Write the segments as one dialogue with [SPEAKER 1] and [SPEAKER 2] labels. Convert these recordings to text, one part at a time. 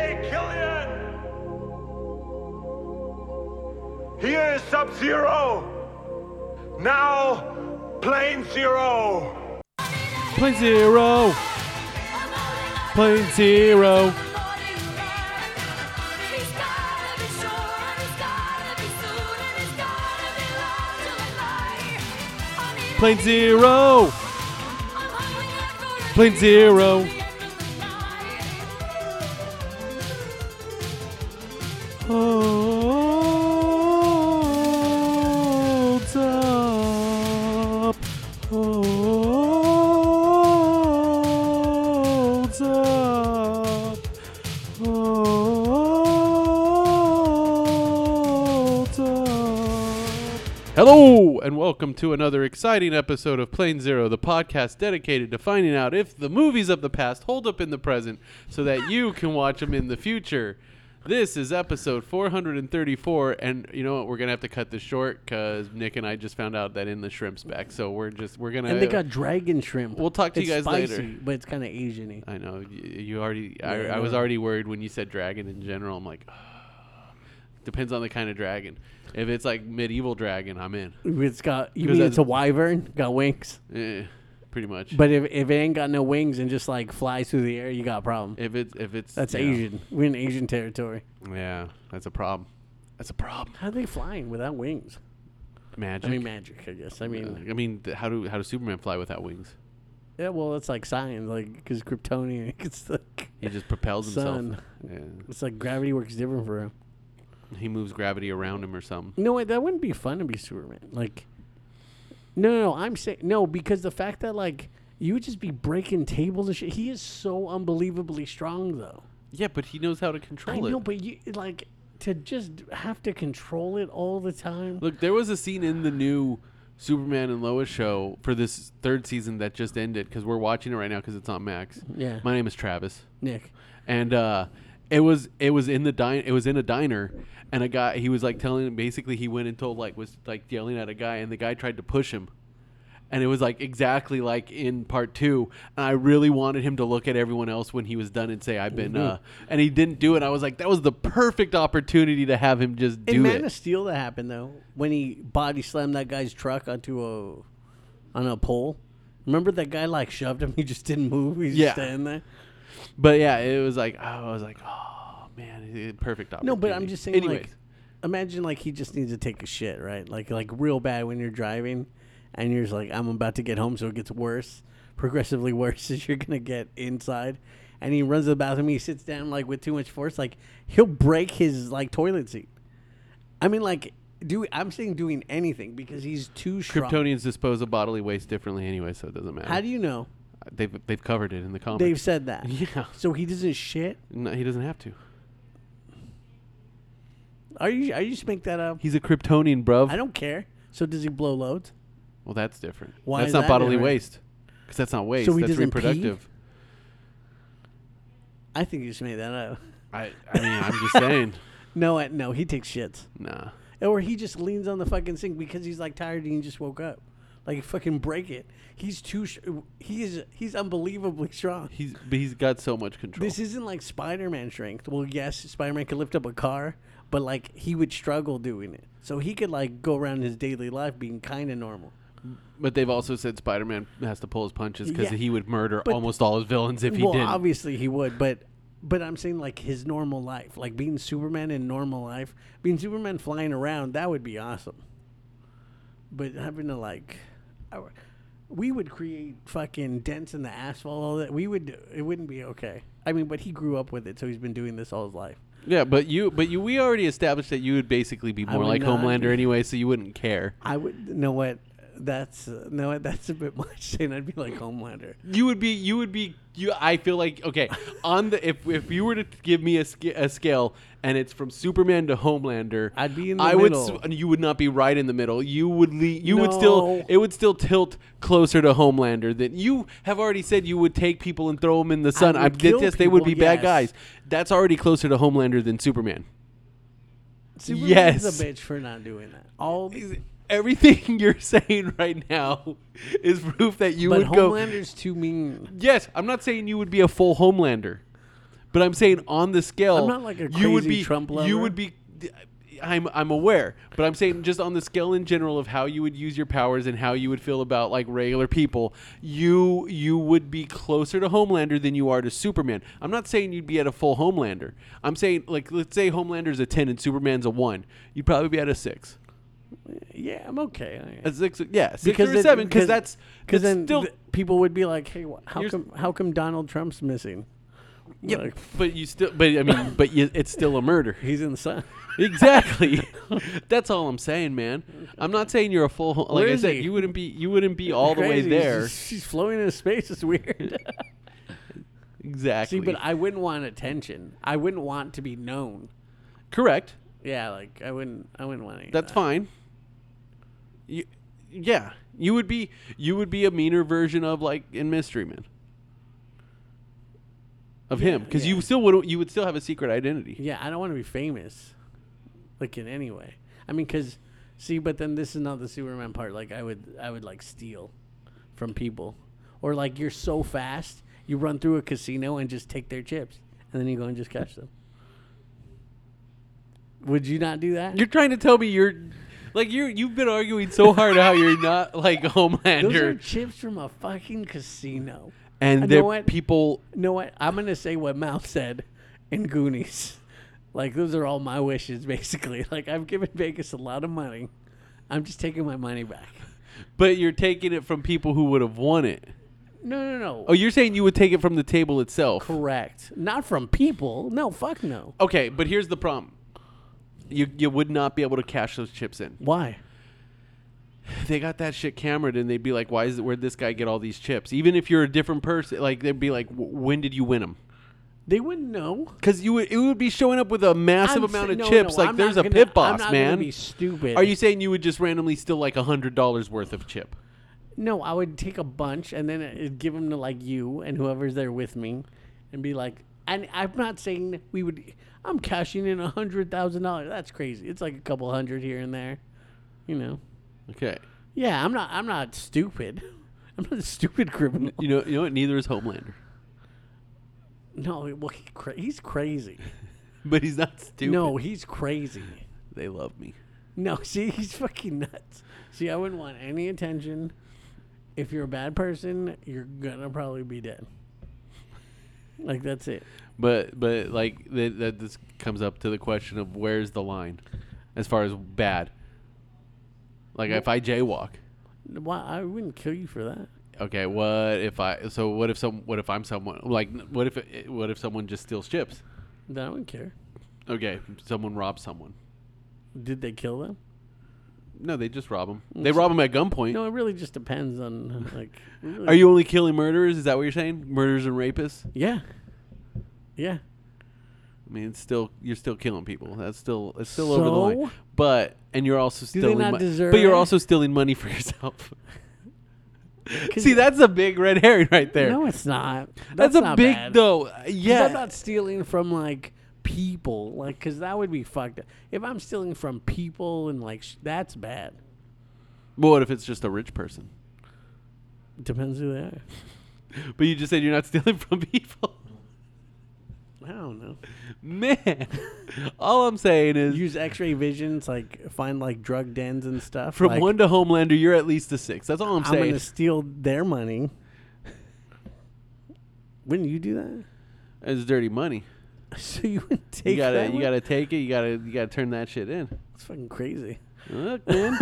[SPEAKER 1] Killian! Here is Sub Zero! Now, Plane Zero!
[SPEAKER 2] Plane zero. Plane zero. Plane zero. Plane zero. Holds up. Holds up. Holds up. Hello, and welcome to another exciting episode of Plane Zero, the podcast dedicated to finding out if the movies of the past hold up in the present so that you can watch them in the future. This is episode 434, and you know what? We're gonna have to cut this short because Nick and I just found out that in the shrimp's back, so we're just we're gonna.
[SPEAKER 3] And they got dragon shrimp.
[SPEAKER 2] We'll talk to you
[SPEAKER 3] It's
[SPEAKER 2] guys later.
[SPEAKER 3] spicy, But it's kind of Asian-y.
[SPEAKER 2] I know y- you already. I,
[SPEAKER 3] Yeah, I
[SPEAKER 2] I was
[SPEAKER 3] know.
[SPEAKER 2] already worried when you said dragon in general. I'm like, depends on the kind of dragon. If it's like medieval dragon, I'm in.
[SPEAKER 3] It's got. You
[SPEAKER 2] Because
[SPEAKER 3] mean it's a
[SPEAKER 2] that's-
[SPEAKER 3] wyvern? Got wings.
[SPEAKER 2] Eh, pretty much.
[SPEAKER 3] But if, if it ain't got no wings and just like flies through the air, you got a problem.
[SPEAKER 2] if it's if it's
[SPEAKER 3] That's
[SPEAKER 2] yeah.
[SPEAKER 3] Asian. We're in Asian territory.
[SPEAKER 2] Yeah, that's a problem. That's a problem.
[SPEAKER 3] How are they flying without wings?
[SPEAKER 2] Magic. Uh,
[SPEAKER 3] I mean magic, I guess. I mean,
[SPEAKER 2] I mean, th- how do how does Superman fly without wings?
[SPEAKER 3] yeah. Well, it's like science, like because Kryptonian. It's like
[SPEAKER 2] He just propels himself.
[SPEAKER 3] Sun.
[SPEAKER 2] Yeah.
[SPEAKER 3] it's like gravity works different for him.
[SPEAKER 2] He moves gravity around him or something.
[SPEAKER 3] No, wait, that wouldn't be fun to be Superman. Like, no, no, no, I'm saying no because the fact that like you would just be breaking tables and shit. He is so unbelievably strong, though.
[SPEAKER 2] Yeah, but he knows how to
[SPEAKER 3] I
[SPEAKER 2] control it.
[SPEAKER 3] know, but you like to just have to control it all the time.
[SPEAKER 2] Look, there was a scene in the new Superman and Lois show for this third season that just ended because we're watching it right now because it's on Max.
[SPEAKER 3] Yeah.
[SPEAKER 2] My name is Travis,
[SPEAKER 3] Nick,
[SPEAKER 2] and uh, it was it was in the dine it was in a diner, and a guy he was like telling basically he went and told like was like yelling at a guy, and the guy tried to push him. And it was like exactly like in part two, and I really wanted him to look at everyone else when he was done and say, "I've been,"
[SPEAKER 3] Mm-hmm.
[SPEAKER 2] uh, and he didn't do it. I was like, that was the perfect opportunity to have him just do
[SPEAKER 3] in Man
[SPEAKER 2] it.
[SPEAKER 3] of Steel, that happened though when he body slammed that guy's truck onto a on a pole. Remember that guy like shoved him? He just didn't move. He's
[SPEAKER 2] Yeah.
[SPEAKER 3] just standing there.
[SPEAKER 2] But yeah, it was like oh, I was like, oh man, it- it- perfect opportunity.
[SPEAKER 3] No, but I'm just saying,
[SPEAKER 2] Anyways,
[SPEAKER 3] like, imagine like he just needs to take a shit, right? Like, like real bad when you're driving, and you're just like, I'm about to get home, so it gets worse, progressively worse as you're gonna get inside. And he runs to the bathroom. He sits down like with too much force, like he'll break his like toilet seat. I mean, like, do I'm saying doing anything because he's too strong.
[SPEAKER 2] Kryptonians dispose of bodily waste differently anyway, so it doesn't matter. Uh,
[SPEAKER 3] How do you know
[SPEAKER 2] they've they've covered it in the comics.
[SPEAKER 3] they've said that?
[SPEAKER 2] yeah,
[SPEAKER 3] So he doesn't shit.
[SPEAKER 2] no, he doesn't have to.
[SPEAKER 3] Are you? Are you just make that up?
[SPEAKER 2] He's a Kryptonian, bruv.
[SPEAKER 3] I don't care. So does he blow loads?
[SPEAKER 2] well, that's different.
[SPEAKER 3] Why
[SPEAKER 2] that's
[SPEAKER 3] is
[SPEAKER 2] not
[SPEAKER 3] that
[SPEAKER 2] bodily
[SPEAKER 3] different?
[SPEAKER 2] waste because that's not waste.
[SPEAKER 3] So he
[SPEAKER 2] that's
[SPEAKER 3] doesn't pee?
[SPEAKER 2] reproductive.
[SPEAKER 3] I think you just made that up.
[SPEAKER 2] I I mean, I'm just saying.
[SPEAKER 3] No, I- no, he takes shits.
[SPEAKER 2] Nah.
[SPEAKER 3] Or he just leans on the fucking sink because he's like tired and he just woke up. Like fucking break it. He's too. Sh- he is. He's unbelievably strong.
[SPEAKER 2] He's but he's got so much control.
[SPEAKER 3] This isn't like Spider-Man strength. Well, yes, Spider-Man could lift up a car, but like he would struggle doing it. So he could like go around his daily life being kind of normal.
[SPEAKER 2] but they've also said Spider-Man has to pull his punches because
[SPEAKER 3] Yeah.
[SPEAKER 2] he would murder
[SPEAKER 3] But-
[SPEAKER 2] almost all his villains if he
[SPEAKER 3] well,
[SPEAKER 2] didn't.
[SPEAKER 3] obviously he would, but but I'm saying like his normal life, like being Superman in normal life, being Superman flying around, that would be awesome. But having to like, our- we would create fucking dents in the asphalt. All that we would, it wouldn't be okay. I mean, but he grew up with it, so he's been doing this all his life.
[SPEAKER 2] Yeah, but you, but you, we already established that you would basically be more
[SPEAKER 3] would
[SPEAKER 2] like
[SPEAKER 3] not.
[SPEAKER 2] Homelander anyway, so you wouldn't care.
[SPEAKER 3] I would know what that's uh, know what that's a bit much. Saying I'd be like Homelander.
[SPEAKER 2] You would be, you would be, you. I feel like okay, on the if if you were to give me a, sca- a scale and it's from Superman to Homelander,
[SPEAKER 3] I'd be in the
[SPEAKER 2] I
[SPEAKER 3] middle.
[SPEAKER 2] would, s- you would not be right in the middle. You would lead, you would still,
[SPEAKER 3] No.
[SPEAKER 2] it would still tilt closer to Homelander than you have already said you would take people and throw them in the sun.
[SPEAKER 3] would
[SPEAKER 2] I,
[SPEAKER 3] kill
[SPEAKER 2] yes, they would be
[SPEAKER 3] people,
[SPEAKER 2] bad
[SPEAKER 3] yes.
[SPEAKER 2] guys. That's already closer to Homelander than Superman.
[SPEAKER 3] Superman's
[SPEAKER 2] Yes.
[SPEAKER 3] a bitch for not doing that. All
[SPEAKER 2] Is- Everything you're saying right now is proof that you
[SPEAKER 3] but
[SPEAKER 2] would go.
[SPEAKER 3] Homelander's too mean.
[SPEAKER 2] Yes, I'm not saying you would be a full Homelander, But I'm saying on the scale,
[SPEAKER 3] I'm not like a
[SPEAKER 2] you would
[SPEAKER 3] crazy
[SPEAKER 2] be
[SPEAKER 3] Trump
[SPEAKER 2] you
[SPEAKER 3] lover.
[SPEAKER 2] would be. I'm I'm aware, but I'm saying just on the scale in general of how you would use your powers and how you would feel about like regular people, you you would be closer to Homelander than you are to Superman. I'm not saying you'd be at a full Homelander. I'm saying like let's say Homelander's a ten and Superman's a one, you'd probably be at a six.
[SPEAKER 3] Yeah, I'm okay. I-
[SPEAKER 2] A six, yeah, six or a seven, because that's
[SPEAKER 3] because
[SPEAKER 2] because
[SPEAKER 3] then
[SPEAKER 2] still
[SPEAKER 3] th- people would be like, "Hey, wh- how
[SPEAKER 2] Here's-
[SPEAKER 3] come how come Donald Trump's missing?
[SPEAKER 2] yeah,
[SPEAKER 3] Like,
[SPEAKER 2] but you still, but I mean, but you, it's still a murder.
[SPEAKER 3] he's in the sun.
[SPEAKER 2] Exactly. That's all I'm saying, man. I'm not saying you're a full. Ho- like
[SPEAKER 3] Where
[SPEAKER 2] I
[SPEAKER 3] is
[SPEAKER 2] said,
[SPEAKER 3] he?
[SPEAKER 2] you wouldn't be. You wouldn't be all the way
[SPEAKER 3] Crazy. He's
[SPEAKER 2] there.
[SPEAKER 3] just- She's floating in space. It's weird.
[SPEAKER 2] Exactly.
[SPEAKER 3] See, but I wouldn't want attention. I wouldn't want to be known.
[SPEAKER 2] Correct.
[SPEAKER 3] Yeah, like I wouldn't. I wouldn't want any.
[SPEAKER 2] That's fine. uh, You, yeah, you would be. You would be a meaner version of like in Mystery Man. Of him, because you still would. You would still have a secret identity.
[SPEAKER 3] Yeah, I don't want to be famous, like in any way. I mean, because see, but then this is not the Superman part. Like I would, I would like steal from people, or like you're so fast, you run through a casino and just take their chips, and then you go and just catch them. Would you not do that?
[SPEAKER 2] You're trying to tell me you're. Like you, you've been arguing so hard how you're not like
[SPEAKER 3] Those are
[SPEAKER 2] Homelander,
[SPEAKER 3] chips from a fucking casino.
[SPEAKER 2] and
[SPEAKER 3] you know
[SPEAKER 2] the
[SPEAKER 3] what?
[SPEAKER 2] people
[SPEAKER 3] You know what? I'm gonna say what Mal said in Goonies. Like those are all my wishes, basically. Like I've given Vegas a lot of money. I'm just taking my money back.
[SPEAKER 2] But you're taking it from people who would have won it.
[SPEAKER 3] No, no, no.
[SPEAKER 2] Oh, you're saying you would take it from the table itself.
[SPEAKER 3] correct. Not from people. No, fuck no.
[SPEAKER 2] Okay, but here's the problem. You you would not be able to cash those chips in.
[SPEAKER 3] Why?
[SPEAKER 2] They got that shit cameraed, and they'd be like, "Why is it? Where'd this guy get all these chips?" Even if you're a different person, like they'd be like, "W- "When did you win them?"
[SPEAKER 3] They wouldn't know.
[SPEAKER 2] Because you would it would be showing up with a massive
[SPEAKER 3] I'm
[SPEAKER 2] amount
[SPEAKER 3] sa-
[SPEAKER 2] of
[SPEAKER 3] no,
[SPEAKER 2] chips.
[SPEAKER 3] no,
[SPEAKER 2] like
[SPEAKER 3] I'm
[SPEAKER 2] there's
[SPEAKER 3] not
[SPEAKER 2] a
[SPEAKER 3] gonna-
[SPEAKER 2] pit
[SPEAKER 3] I'm
[SPEAKER 2] boss,
[SPEAKER 3] not gonna
[SPEAKER 2] man.
[SPEAKER 3] be stupid.
[SPEAKER 2] Are you saying you would just randomly steal like a hundred dollars worth of chip?
[SPEAKER 3] No, I would take a bunch and then I'd give them to like you and whoever's there with me, and be like, and I'm not saying we would. I'm cashing in a hundred thousand dollars. That's crazy. It's like a couple hundred here and there, you know.
[SPEAKER 2] Okay,
[SPEAKER 3] Yeah, I'm not. I'm not stupid. I'm not a stupid criminal.
[SPEAKER 2] you know you know what? Neither is Homelander,
[SPEAKER 3] No, well, he cra- he's crazy.
[SPEAKER 2] but he's not stupid.
[SPEAKER 3] No, he's crazy.
[SPEAKER 2] they love me.
[SPEAKER 3] No, see, he's fucking nuts. See, I wouldn't want any attention. If you're a bad person, you're gonna probably be dead. Like that's it.
[SPEAKER 2] But but like that that this comes up to the question of where's the line, as far as bad. Like if I jaywalk,
[SPEAKER 3] Why I wouldn't kill you for that.
[SPEAKER 2] okay. What if I? So what if some? What if I'm someone? Like what if it, what if someone just steals chips?
[SPEAKER 3] Then I wouldn't care.
[SPEAKER 2] Okay, someone robs someone.
[SPEAKER 3] Did they kill them?
[SPEAKER 2] No, they just rob them. They rob them at gunpoint.
[SPEAKER 3] No, it really just depends on like. really-
[SPEAKER 2] Are you only killing murderers? Is that what you're saying? Murderers and rapists?
[SPEAKER 3] Yeah. Yeah.
[SPEAKER 2] I mean, it's still you're still killing people. That's still it's still over the line.
[SPEAKER 3] So?
[SPEAKER 2] But and you're also
[SPEAKER 3] they
[SPEAKER 2] stealing,
[SPEAKER 3] not
[SPEAKER 2] mon-
[SPEAKER 3] deserve
[SPEAKER 2] but you're
[SPEAKER 3] it?
[SPEAKER 2] also stealing money for yourself. See, that's a big red herring right there.
[SPEAKER 3] No, it's not.
[SPEAKER 2] that's, a
[SPEAKER 3] not
[SPEAKER 2] big
[SPEAKER 3] bad.
[SPEAKER 2] though. Uh,
[SPEAKER 3] 'Cause
[SPEAKER 2] Yeah,
[SPEAKER 3] I'm not stealing from like people, like because that would be fucked. up. If I'm stealing from people and like sh- that's bad.
[SPEAKER 2] but what if it's just a rich person?
[SPEAKER 3] Depends who they are.
[SPEAKER 2] But you just said you're not stealing from people.
[SPEAKER 3] I don't know.
[SPEAKER 2] Man, all I'm saying is
[SPEAKER 3] Use X-ray visions, like find like drug dens and stuff.
[SPEAKER 2] from
[SPEAKER 3] like,
[SPEAKER 2] one to Homelander, you're at least a six. That's all I'm,
[SPEAKER 3] I'm
[SPEAKER 2] saying.
[SPEAKER 3] gonna steal their money. Wouldn't you do that?
[SPEAKER 2] It's dirty money.
[SPEAKER 3] So you would take
[SPEAKER 2] You gotta
[SPEAKER 3] that
[SPEAKER 2] you
[SPEAKER 3] one?
[SPEAKER 2] gotta take it. You gotta you gotta turn that shit in.
[SPEAKER 3] It's fucking crazy.
[SPEAKER 2] Look, man.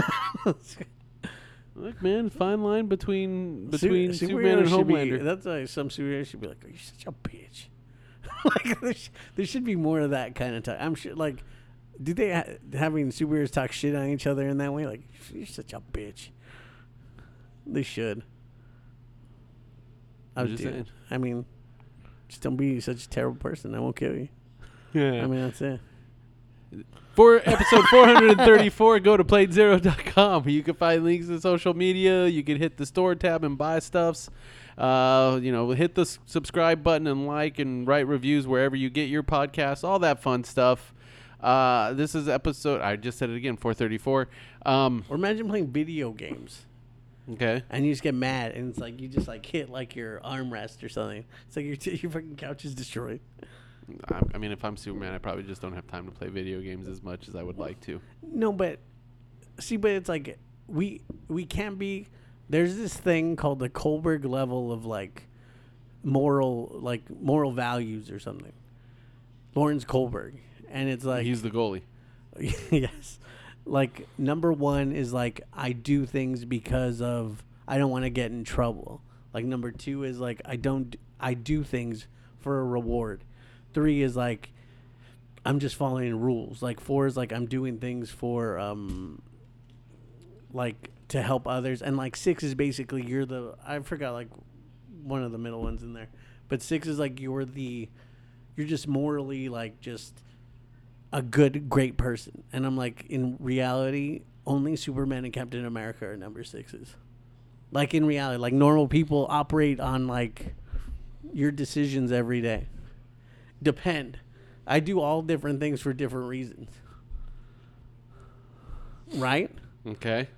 [SPEAKER 2] Look, man. Fine line between between
[SPEAKER 3] Su-
[SPEAKER 2] Superman and
[SPEAKER 3] superheroes should be-
[SPEAKER 2] Homelander.
[SPEAKER 3] that's why some superheroes should be like, "You're such a bitch." like there, sh- there should be more of that kind of talk. I'm sure. Like, do they ha- having superheroes talk shit on each other in that way? Like, you're such a bitch. They should. I
[SPEAKER 2] I'm
[SPEAKER 3] would
[SPEAKER 2] just
[SPEAKER 3] do it.
[SPEAKER 2] saying.
[SPEAKER 3] I mean, just don't be such a terrible person. I won't kill you.
[SPEAKER 2] yeah.
[SPEAKER 3] I mean, that's it.
[SPEAKER 2] For episode 434, go to playedzero.com. You can find links to social media. You can hit the store tab and buy stuffs. Uh, you know, hit the s- subscribe button and like and write reviews wherever you get your podcasts, all that fun stuff. Uh, this is episode, I just said it again, 434. Um,
[SPEAKER 3] Or imagine playing video games.
[SPEAKER 2] okay.
[SPEAKER 3] and you just get mad, and it's like you just like hit like your armrest or something. It's like your t- your fucking couch is destroyed.
[SPEAKER 2] I, I mean, if I'm Superman, I probably just don't have time to play video games as much as I would like to.
[SPEAKER 3] No, but see, but it's like we we can't be. There's this thing called the Kohlberg level of like moral like moral values or something. Lawrence Kohlberg, and it's like
[SPEAKER 2] He's the goalie.
[SPEAKER 3] yes, like number one is like I do things because of I don't want to get in trouble. Like number two is like I don't I do things for a reward. Three is like I'm just following rules. Like four is like I'm doing things for um like to help others and like six is basically you're the I forgot like one of the middle ones in there. But six is like you're the you're just morally like just a good great person. And I'm like in reality only Superman and Captain America are number sixes. Like in reality, like normal people operate on like your decisions every day. Depend. I do all different things for different reasons. Right?
[SPEAKER 2] Okay.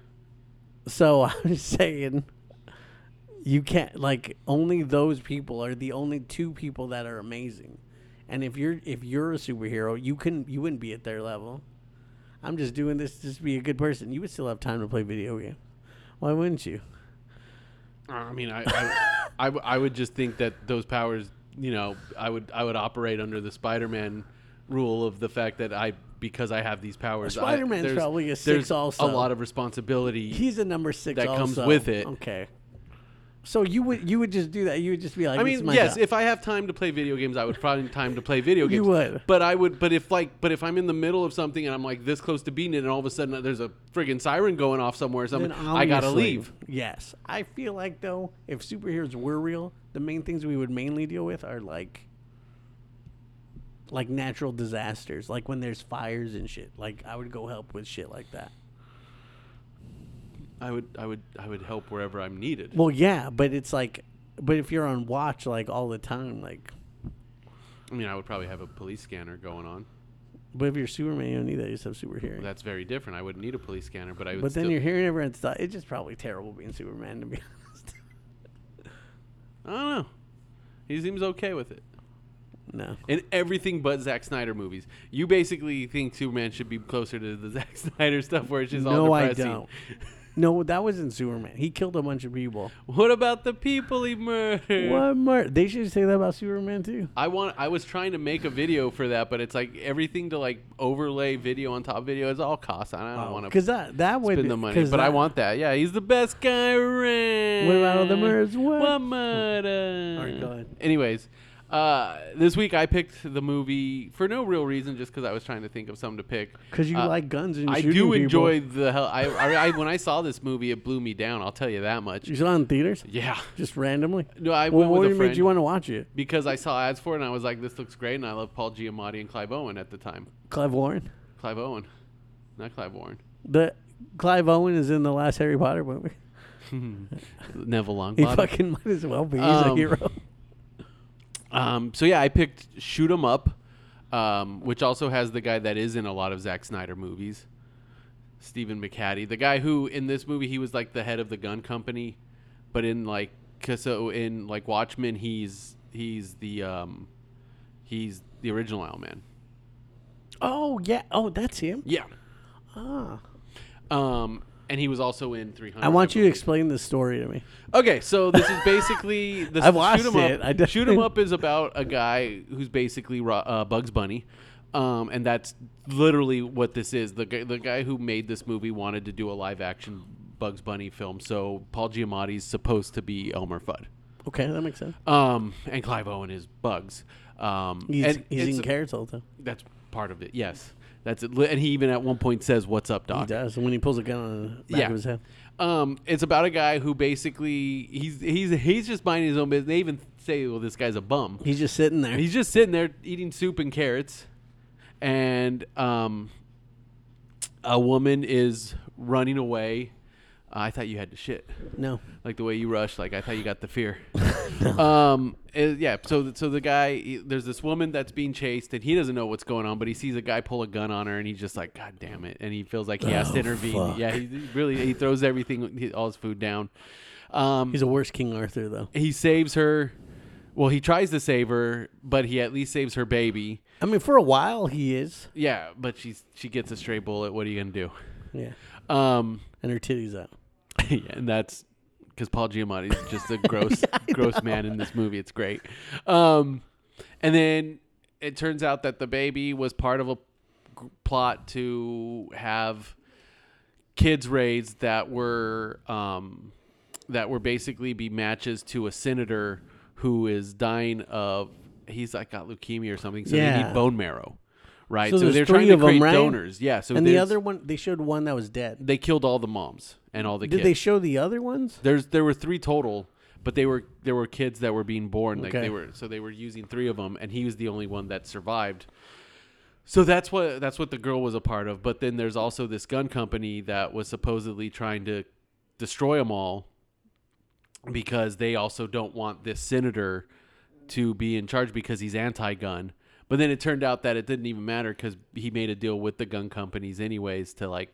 [SPEAKER 3] So I'm saying you can't like only those people are the only two people that are amazing. And if you're if you're a superhero, you couldn't you wouldn't be at their level. I'm just doing this just to be a good person. You would still have time to play video games. Why wouldn't you?
[SPEAKER 2] I mean, I, I, I w- I would just think that those powers, you know, I would, I would operate under the Spider-Man rule of the fact that I, because I have these powers, I-
[SPEAKER 3] Spider-Man's
[SPEAKER 2] there's-
[SPEAKER 3] probably a six
[SPEAKER 2] there's a
[SPEAKER 3] also.
[SPEAKER 2] lot of responsibility.
[SPEAKER 3] He's a number six.
[SPEAKER 2] That comes
[SPEAKER 3] also.
[SPEAKER 2] with it.
[SPEAKER 3] Okay. So you would you would just do that? You would just be like,
[SPEAKER 2] I
[SPEAKER 3] this is
[SPEAKER 2] mean,
[SPEAKER 3] my
[SPEAKER 2] yes,
[SPEAKER 3] job.
[SPEAKER 2] if I have time to play video games, I would probably have time to play video games.
[SPEAKER 3] would.
[SPEAKER 2] But I would but if like but if I'm in the middle of something and I'm like this close to beating it and all of a sudden there's a friggin' siren going off somewhere or something,
[SPEAKER 3] then
[SPEAKER 2] I gotta
[SPEAKER 3] obviously-
[SPEAKER 2] leave.
[SPEAKER 3] Yes, I feel like though, if superheroes were real, the main things we would mainly deal with are like, like natural disasters, like when there's fires and shit. Like I would go help with shit like that.
[SPEAKER 2] I would I would I would help wherever I'm needed.
[SPEAKER 3] Well, yeah, but it's like, but if you're on watch like all the time, like,
[SPEAKER 2] I mean I would probably have a police scanner going on.
[SPEAKER 3] but if you're Superman, you don't need that. You just have super hearing.
[SPEAKER 2] That's very different. I wouldn't need a police scanner, but I would
[SPEAKER 3] but then
[SPEAKER 2] still
[SPEAKER 3] you're hearing everyone's thought. It's just probably terrible being Superman to be honest.
[SPEAKER 2] I don't know. He seems okay with it.
[SPEAKER 3] no.
[SPEAKER 2] In everything but Zack Snyder movies. You basically think Superman should be closer to the Zack Snyder stuff where it's just all
[SPEAKER 3] No, I
[SPEAKER 2] depressing.
[SPEAKER 3] don't. No, that wasn't Superman. He killed a bunch of people.
[SPEAKER 2] What about the people he murdered?
[SPEAKER 3] What more? They should say that about Superman too.
[SPEAKER 2] I want. I was trying to make a video for that, but it's like everything to like overlay video on top of video is all cost. I don't want to
[SPEAKER 3] Because Oh, that that would
[SPEAKER 2] spend
[SPEAKER 3] be-
[SPEAKER 2] the money,
[SPEAKER 3] 'cause
[SPEAKER 2] but I
[SPEAKER 3] that-
[SPEAKER 2] want that. Yeah, he's the best guy around.
[SPEAKER 3] What about all the murders? What?
[SPEAKER 2] What murder?
[SPEAKER 3] All right, go ahead.
[SPEAKER 2] Anyways, uh, this week I picked the movie for no real reason, just because I was trying to think of something to pick.
[SPEAKER 3] 'Cause you
[SPEAKER 2] Uh,
[SPEAKER 3] like guns and
[SPEAKER 2] I
[SPEAKER 3] shooting
[SPEAKER 2] do
[SPEAKER 3] people.
[SPEAKER 2] enjoy the hell. I, I, I when I saw this movie, it blew me down. I'll tell you that much.
[SPEAKER 3] You saw it in theaters
[SPEAKER 2] Yeah.
[SPEAKER 3] just randomly.
[SPEAKER 2] No, I
[SPEAKER 3] Well,
[SPEAKER 2] went with
[SPEAKER 3] what
[SPEAKER 2] a friend
[SPEAKER 3] made you want to watch it?
[SPEAKER 2] because I saw ads for it and I was like, this looks great. And I love Paul Giamatti and Clive Owen at the time.
[SPEAKER 3] Clive Warren.
[SPEAKER 2] Clive Owen, not Clive Warren.
[SPEAKER 3] The Clive Owen is in the last Harry Potter movie.
[SPEAKER 2] Neville
[SPEAKER 3] He
[SPEAKER 2] Longbottom.
[SPEAKER 3] fucking might as well be. He's a
[SPEAKER 2] Um,
[SPEAKER 3] hero.
[SPEAKER 2] Um, so yeah, I picked Shoot 'Em Up, um, which also has the guy that is in a lot of Zack Snyder movies, Stephen McCaddy, the guy who in this movie he was like the head of the gun company, but in like 'cause so in like Watchmen he's he's the um, he's the original Owlman.
[SPEAKER 3] Oh yeah. Oh, that's him.
[SPEAKER 2] Yeah.
[SPEAKER 3] Ah.
[SPEAKER 2] Um, and he was also in 300.
[SPEAKER 3] I want you to
[SPEAKER 2] believe.
[SPEAKER 3] explain the story to me.
[SPEAKER 2] Okay, so this is basically the
[SPEAKER 3] I've watched
[SPEAKER 2] shoot 'em up.
[SPEAKER 3] it. I def-
[SPEAKER 2] shoot 'em up is about a guy who's basically Ro- uh, Bugs Bunny, um, and that's literally what this is. The guy, the guy who made this movie wanted to do a live action Bugs Bunny film, so Paul Giamatti's supposed to be Elmer Fudd,
[SPEAKER 3] Okay, that makes sense.
[SPEAKER 2] um, and Clive Owen is Bugs. Um,
[SPEAKER 3] He's,
[SPEAKER 2] and
[SPEAKER 3] he's
[SPEAKER 2] it's-
[SPEAKER 3] in carrots all the time.
[SPEAKER 2] That's part of it. Yes, that's it. Li- And he even at one point says, "What's up,
[SPEAKER 3] He
[SPEAKER 2] Doc?"
[SPEAKER 3] does. And when he pulls a gun on the back
[SPEAKER 2] Yeah.
[SPEAKER 3] of his head.
[SPEAKER 2] Um, it's about a guy who basically he's he's he's just minding his own business. They even say, "Well, this guy's a bum."
[SPEAKER 3] He's just sitting there.
[SPEAKER 2] He's just sitting there eating soup and carrots, and um, a woman is running away. Uh, I thought you had to shit,
[SPEAKER 3] no.
[SPEAKER 2] like the way you rushed. Like I thought you got the fear. Um, eh, yeah. So th- so the guy, he- there's this woman that's being chased, and he doesn't know what's going on, but he sees a guy pull a gun on her, and he's just like, "God damn it!" And he feels like he has to
[SPEAKER 3] Oh,
[SPEAKER 2] intervene.
[SPEAKER 3] fuck.
[SPEAKER 2] Yeah, he he really he throws everything, he- all his food down. Um,
[SPEAKER 3] He's a worse King Arthur though.
[SPEAKER 2] he saves her Well, he tries to save her, but he at least saves her baby.
[SPEAKER 3] I mean, for a while he is.
[SPEAKER 2] Yeah, but she's she gets a stray bullet. What are you gonna
[SPEAKER 3] Yeah.
[SPEAKER 2] do? Um,
[SPEAKER 3] And her titties out.
[SPEAKER 2] yeah, and that's because Paul Giamatti's just a gross, gross man in this movie. It's great. Um, and then it turns out that the baby was part of a g- plot to have kids raised that were um, that were basically be matches to a senator who is dying of he's like got leukemia or something, so they
[SPEAKER 3] Yeah.
[SPEAKER 2] need bone marrow, right?
[SPEAKER 3] So
[SPEAKER 2] So,
[SPEAKER 3] there's
[SPEAKER 2] they're
[SPEAKER 3] three
[SPEAKER 2] trying to
[SPEAKER 3] of 'em,
[SPEAKER 2] create
[SPEAKER 3] right?
[SPEAKER 2] donors. Yeah. So
[SPEAKER 3] and the
[SPEAKER 2] there's-
[SPEAKER 3] other one, they showed one that was dead.
[SPEAKER 2] they killed all the moms and all the
[SPEAKER 3] Did
[SPEAKER 2] kids.
[SPEAKER 3] they show the other ones?
[SPEAKER 2] There's there were three total, but they were there were kids that were being born. Like
[SPEAKER 3] Okay.
[SPEAKER 2] they were so they were using three of them, and he was the only one that survived. So that's what that's what the girl was a part of. But then there's also this gun company that was supposedly trying to destroy them all because they also don't want this senator to be in charge because he's anti-gun. But then it turned out that it didn't even matter because he made a deal with the gun companies anyways to like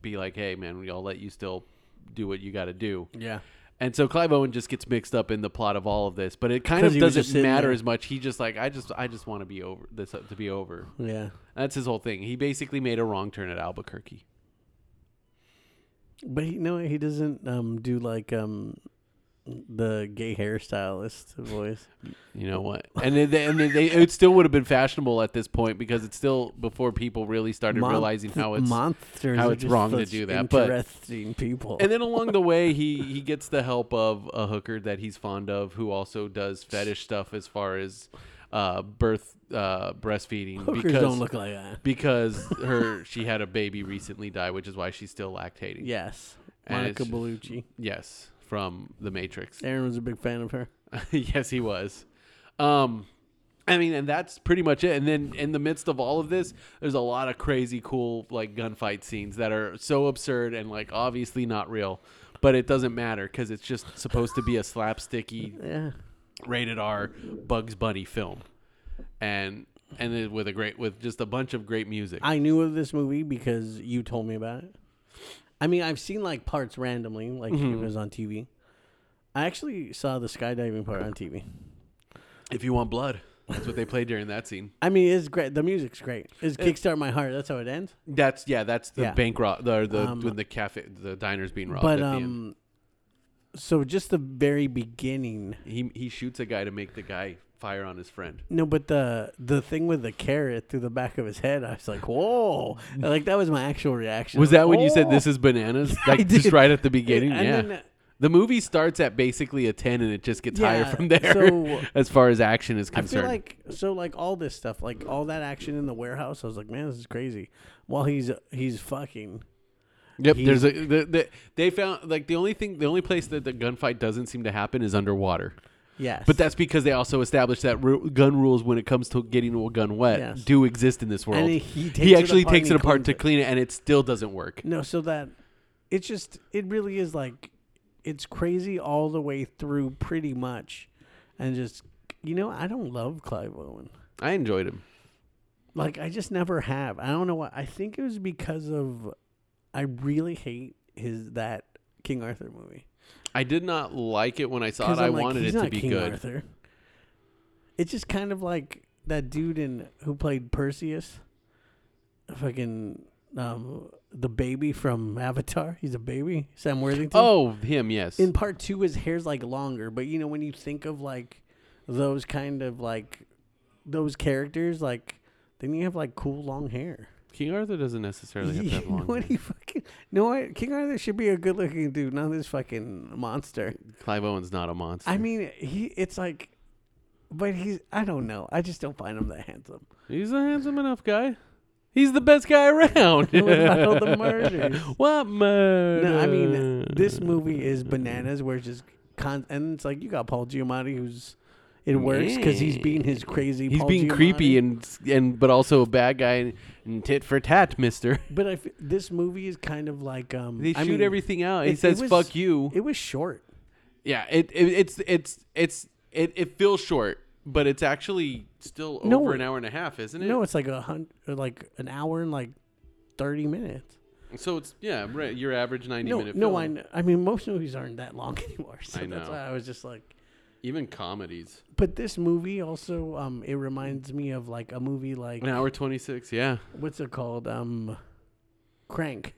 [SPEAKER 2] be like, hey man, we all let you still do what you got to do.
[SPEAKER 3] Yeah.
[SPEAKER 2] And so Clive Owen just gets mixed up in the plot of all of this, but it kind
[SPEAKER 3] 'Cause
[SPEAKER 2] of
[SPEAKER 3] he was just
[SPEAKER 2] doesn't
[SPEAKER 3] sitting
[SPEAKER 2] matter
[SPEAKER 3] there.
[SPEAKER 2] as much. He just like I just I just want to be over this to be over.
[SPEAKER 3] Yeah.
[SPEAKER 2] That's his whole thing. He basically made a wrong turn at Albuquerque.
[SPEAKER 3] But he, no, he doesn't um, do like um, the gay hairstylist voice.
[SPEAKER 2] You know what? And then they, and then they, it still would have been fashionable at this point because it's still before people really started
[SPEAKER 3] Month-
[SPEAKER 2] realizing how it's.
[SPEAKER 3] monsters
[SPEAKER 2] how
[SPEAKER 3] are
[SPEAKER 2] it's
[SPEAKER 3] just
[SPEAKER 2] wrong to
[SPEAKER 3] such
[SPEAKER 2] do that, but-
[SPEAKER 3] interesting people.
[SPEAKER 2] And then along the way, he he gets the help of a hooker that he's fond of, who also does fetish stuff as far as uh, birth uh, breastfeeding.
[SPEAKER 3] Hookers
[SPEAKER 2] because-
[SPEAKER 3] don't look like that.
[SPEAKER 2] because her she had a baby recently die, which is why she's still lactating.
[SPEAKER 3] Yes.
[SPEAKER 2] And
[SPEAKER 3] Monica
[SPEAKER 2] it's-
[SPEAKER 3] Bellucci.
[SPEAKER 2] Yes, from The Matrix.
[SPEAKER 3] Aaron was a big fan of her.
[SPEAKER 2] yes, he was. Um, I mean, and that's pretty much it. And then in the midst of all of this, there's a lot of crazy, cool like gunfight scenes that are so absurd and like obviously not real, but it doesn't matter because it's just supposed to be a slapsticky
[SPEAKER 3] Yeah.
[SPEAKER 2] rated R Bugs Bunny film, and and then with a great with just a bunch of great music.
[SPEAKER 3] I knew of this movie because you told me about it. I mean, I've seen like parts randomly, like it
[SPEAKER 2] Mm-hmm.
[SPEAKER 3] was on TV. I actually saw the skydiving part on TV.
[SPEAKER 2] if you want blood, that's what they played during that scene.
[SPEAKER 3] I mean, it's great. The music's great. It's Kickstart My Heart. That's how it ends.
[SPEAKER 2] That's yeah. That's the
[SPEAKER 3] Yeah.
[SPEAKER 2] bank rob. The the
[SPEAKER 3] Um,
[SPEAKER 2] when the cafe the diner's being robbed.
[SPEAKER 3] But
[SPEAKER 2] at the end.
[SPEAKER 3] um, so just the very beginning.
[SPEAKER 2] he he shoots a guy to make the guy fire on his friend.
[SPEAKER 3] No, but the the thing with the carrot through the back of his head, I was like, "Whoa!" like that was my actual reaction.
[SPEAKER 2] Was
[SPEAKER 3] I
[SPEAKER 2] that when you said
[SPEAKER 3] "Whoa."
[SPEAKER 2] this is bananas? Like
[SPEAKER 3] Oh. did.
[SPEAKER 2] just right at the beginning.
[SPEAKER 3] And
[SPEAKER 2] yeah.
[SPEAKER 3] then- uh,
[SPEAKER 2] the movie starts at basically a ten, and it just gets higher
[SPEAKER 3] Yeah,
[SPEAKER 2] from there.
[SPEAKER 3] so-
[SPEAKER 2] as far as action is
[SPEAKER 3] I feel
[SPEAKER 2] concerned,
[SPEAKER 3] like so like all this stuff, like all that action in the warehouse. I was like, man, this is crazy. While he's he's fucking,
[SPEAKER 2] yep.
[SPEAKER 3] he-
[SPEAKER 2] There's a the, the, they found like the only thing the only place that the gunfight doesn't seem to happen is underwater.
[SPEAKER 3] yes.
[SPEAKER 2] But that's because they also established that ru- gun rules when it comes to getting a gun wet
[SPEAKER 3] Yes.
[SPEAKER 2] do exist in this world.
[SPEAKER 3] And he takes
[SPEAKER 2] he
[SPEAKER 3] it
[SPEAKER 2] actually
[SPEAKER 3] apart
[SPEAKER 2] takes it
[SPEAKER 3] and he
[SPEAKER 2] apart
[SPEAKER 3] cleans
[SPEAKER 2] to
[SPEAKER 3] it.
[SPEAKER 2] clean it, and it still doesn't work.
[SPEAKER 3] no, so that it's just it really is like it's crazy all the way through, pretty much, and just you know, I don't love Clive Owen.
[SPEAKER 2] I enjoyed him.
[SPEAKER 3] Like I just never have. I don't know why. I think it was because of I really hate his that King Arthur movie.
[SPEAKER 2] I did not like it when I saw it.
[SPEAKER 3] Because
[SPEAKER 2] I
[SPEAKER 3] I'm like,
[SPEAKER 2] wanted
[SPEAKER 3] "He's
[SPEAKER 2] it to
[SPEAKER 3] not
[SPEAKER 2] be
[SPEAKER 3] King
[SPEAKER 2] good.
[SPEAKER 3] Arthur. It's just kind of like that dude in who played Perseus, fucking um, the baby from Avatar. He's a baby, Sam Worthington.
[SPEAKER 2] Oh, him, yes.
[SPEAKER 3] in part two, his hair's like longer, but you know when you think of like those kind of like those characters, like then you have like cool long hair.
[SPEAKER 2] King Arthur doesn't necessarily have
[SPEAKER 3] You
[SPEAKER 2] that
[SPEAKER 3] know
[SPEAKER 2] long.
[SPEAKER 3] what
[SPEAKER 2] hair.
[SPEAKER 3] he fucking no I, King Arthur should be a good looking dude, not this fucking monster.
[SPEAKER 2] Clive Owen's not a monster.
[SPEAKER 3] I mean, he it's like, but he's I don't know. I just don't find him that handsome.
[SPEAKER 2] He's a handsome enough guy. He's the best guy around.
[SPEAKER 3] What about all the murders?
[SPEAKER 2] what murder?
[SPEAKER 3] No, I mean this movie is bananas. Where it's just con and it's like you got Paul Giamatti who's it works because he's being his crazy.
[SPEAKER 2] He's
[SPEAKER 3] Paul
[SPEAKER 2] being creepy
[SPEAKER 3] Giamatti.
[SPEAKER 2] and and but also a bad guy and, and tit for tat, Mister.
[SPEAKER 3] but I f- this movie is kind of like um.
[SPEAKER 2] They shoot
[SPEAKER 3] I mean,
[SPEAKER 2] everything out.
[SPEAKER 3] it-
[SPEAKER 2] He
[SPEAKER 3] it
[SPEAKER 2] says
[SPEAKER 3] was-
[SPEAKER 2] "fuck you."
[SPEAKER 3] It was short.
[SPEAKER 2] yeah, it, it it's it's it's it, it feels short, but it's actually still over
[SPEAKER 3] No.
[SPEAKER 2] an hour and a half, isn't it?
[SPEAKER 3] No, it's like a hundred, like an hour and like thirty minutes.
[SPEAKER 2] So it's yeah, right, your average ninety
[SPEAKER 3] No,
[SPEAKER 2] minute.
[SPEAKER 3] no,
[SPEAKER 2] film.
[SPEAKER 3] I, kn- I mean most movies aren't that long anymore, so
[SPEAKER 2] I
[SPEAKER 3] that's
[SPEAKER 2] know.
[SPEAKER 3] why I was just like,
[SPEAKER 2] Even comedies.
[SPEAKER 3] But this movie also, um, it reminds me of like a movie like
[SPEAKER 2] An hour 26, yeah.
[SPEAKER 3] what's it called? Um, Crank.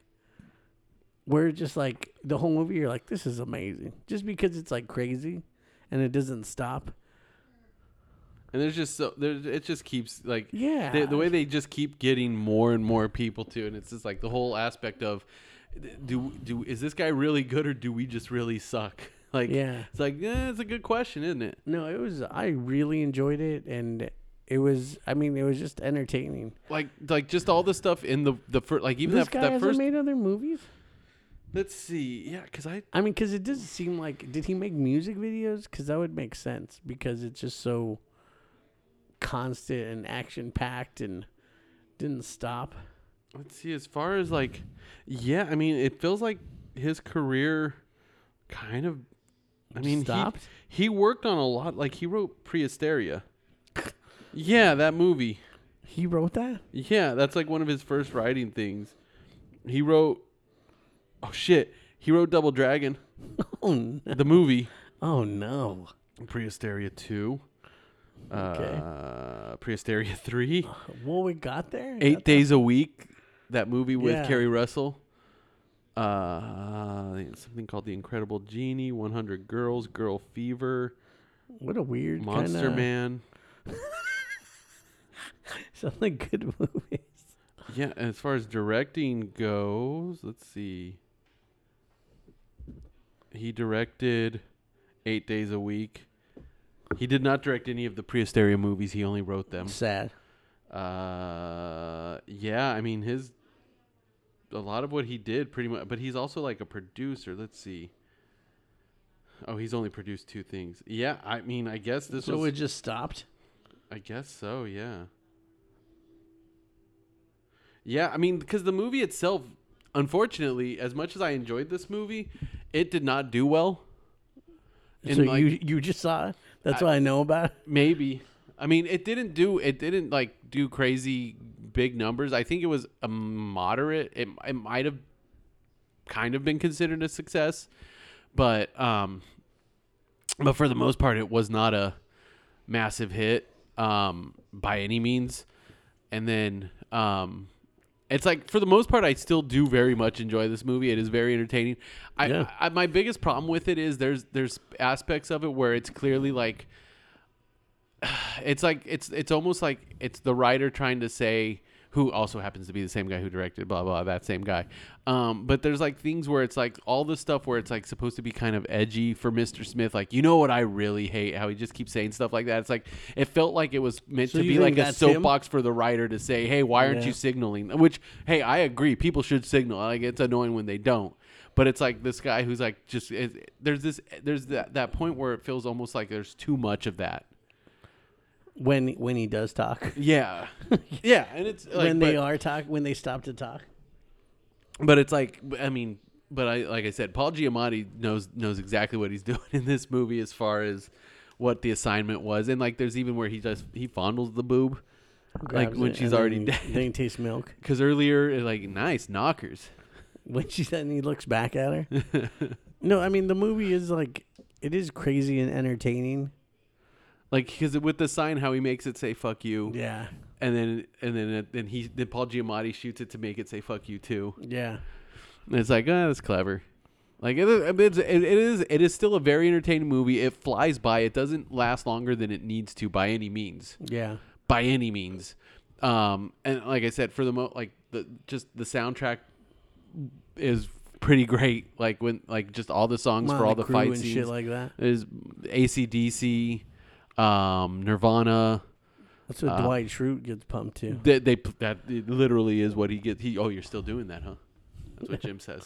[SPEAKER 3] Where it's just like the whole movie, you're like, this is amazing, just because it's like crazy, and it doesn't stop.
[SPEAKER 2] And there's just so there it just keeps like
[SPEAKER 3] Yeah.
[SPEAKER 2] the, the way they just keep getting more and more people to and it's just like the whole aspect of do do is this guy really good or do we just really suck? Like
[SPEAKER 3] Yeah.
[SPEAKER 2] it's like yeah, it's a good question, isn't it?
[SPEAKER 3] No, it was. I really enjoyed it, and it was. I mean, it was just entertaining.
[SPEAKER 2] Like like just all the stuff in the the first like even
[SPEAKER 3] this
[SPEAKER 2] that,
[SPEAKER 3] guy
[SPEAKER 2] that
[SPEAKER 3] hasn't
[SPEAKER 2] first
[SPEAKER 3] made other movies.
[SPEAKER 2] let's see yeah because I
[SPEAKER 3] I mean, because it doesn't seem like. Did he make music videos? Because that would make sense. Because it's just so constant and action packed and didn't stop.
[SPEAKER 2] Let's see. As far as like, yeah, I mean, it feels like his career kind of. I mean, he-
[SPEAKER 3] Stopped?
[SPEAKER 2] He, worked on a lot. Like he wrote Prehysteria. yeah, that movie.
[SPEAKER 3] He wrote that.
[SPEAKER 2] Yeah, that's like one of his first writing things. He wrote. Oh shit! He wrote Double Dragon,
[SPEAKER 3] Oh no!
[SPEAKER 2] the movie.
[SPEAKER 3] Oh no!
[SPEAKER 2] Prehysteria two.
[SPEAKER 3] Okay.
[SPEAKER 2] Uh, Prehysteria three.
[SPEAKER 3] Well, we got there.
[SPEAKER 2] Eight Days a Week, that movie with
[SPEAKER 3] Yeah.
[SPEAKER 2] Carrie Russell. Uh, something called The Incredible Genie, 100 Girls, Girl Fever,
[SPEAKER 3] What a weird
[SPEAKER 2] Monster
[SPEAKER 3] kinda,
[SPEAKER 2] Man.
[SPEAKER 3] Sound like good movies.
[SPEAKER 2] Yeah, and as far as directing goes, let's see. He directed Eight Days a Week. He did not direct any of the Prehysteria movies. He only wrote them.
[SPEAKER 3] Sad.
[SPEAKER 2] Uh, yeah, I mean his a lot of what he did pretty much, but he's also like a producer. Let's see. Oh, he's only produced two things. Yeah, I mean, I guess this
[SPEAKER 3] so
[SPEAKER 2] was.
[SPEAKER 3] it just stopped.
[SPEAKER 2] I guess so. Yeah. Yeah, I mean, because the movie itself, unfortunately, as much as I enjoyed this movie, it did not do well. And,
[SPEAKER 3] so
[SPEAKER 2] like-
[SPEAKER 3] you you just saw it. That's what I know about. it?
[SPEAKER 2] Maybe. I mean, it didn't do it didn't like do crazy big numbers. I think it was a moderate. It it might have kind of been considered a success, but um, but for the most part, it was not a massive hit um by any means. And then um, it's like for the most part, I still do very much enjoy this movie. It is very entertaining. I,
[SPEAKER 3] Yeah.
[SPEAKER 2] I my biggest problem with it is there's there's aspects of it where it's clearly like it's like it's it's almost like it's the writer trying to say who also happens to be the same guy who directed blah blah that same guy um, but there's like things where it's like all the stuff where it's like supposed to be kind of edgy for mr smith like you know what i really hate how he just keeps saying stuff like that it's like it felt like it was meant
[SPEAKER 3] So
[SPEAKER 2] to
[SPEAKER 3] you
[SPEAKER 2] be
[SPEAKER 3] think
[SPEAKER 2] like a
[SPEAKER 3] that's him?
[SPEAKER 2] soapbox for the writer to say hey why aren't
[SPEAKER 3] Yeah.
[SPEAKER 2] you signaling which hey i agree people should signal like it's annoying when they don't but it's like this guy who's like just it, there's this there's that, that point where it feels almost like there's too much of that
[SPEAKER 3] When when he does talk.
[SPEAKER 2] yeah, yeah, and it's like,
[SPEAKER 3] when
[SPEAKER 2] but,
[SPEAKER 3] they are talk when they stop to talk.
[SPEAKER 2] but it's like I mean, but I like I said, Paul Giamatti knows knows exactly what he's doing in this movie as far as what the assignment was, and like there's even where he just he fondles the boob, like
[SPEAKER 3] grabs
[SPEAKER 2] when
[SPEAKER 3] it,
[SPEAKER 2] she's
[SPEAKER 3] and
[SPEAKER 2] already
[SPEAKER 3] then,
[SPEAKER 2] dead.
[SPEAKER 3] Then he tastes milk.
[SPEAKER 2] Because earlier, it, like nice knockers.
[SPEAKER 3] When she's dead and he looks back at her. no, I mean the movie is like it is crazy and entertaining.
[SPEAKER 2] Like because with the sign, how he makes it say "fuck you,"
[SPEAKER 3] Yeah.
[SPEAKER 2] and then and then then he then Paul Giamatti shoots it to make it say "fuck you" too.
[SPEAKER 3] Yeah.
[SPEAKER 2] And it's like, ah, that's clever. Like it, it, it's- it, it is, it is still a very entertaining movie. It flies by. It doesn't last longer than it needs to by any means.
[SPEAKER 3] Yeah.
[SPEAKER 2] By any means. Um, and like I said, for the mo, like the just the soundtrack is pretty great. Like when, like just all the songs for
[SPEAKER 3] Motley
[SPEAKER 2] all the
[SPEAKER 3] Crue
[SPEAKER 2] fight
[SPEAKER 3] and
[SPEAKER 2] scenes
[SPEAKER 3] shit like that.
[SPEAKER 2] is ACDC, um, Nirvana.
[SPEAKER 3] That's what Dwight Schrute gets pumped to.
[SPEAKER 2] They, they p- that it literally is what he gets. He oh, you're still doing that, huh? That's what Jim says.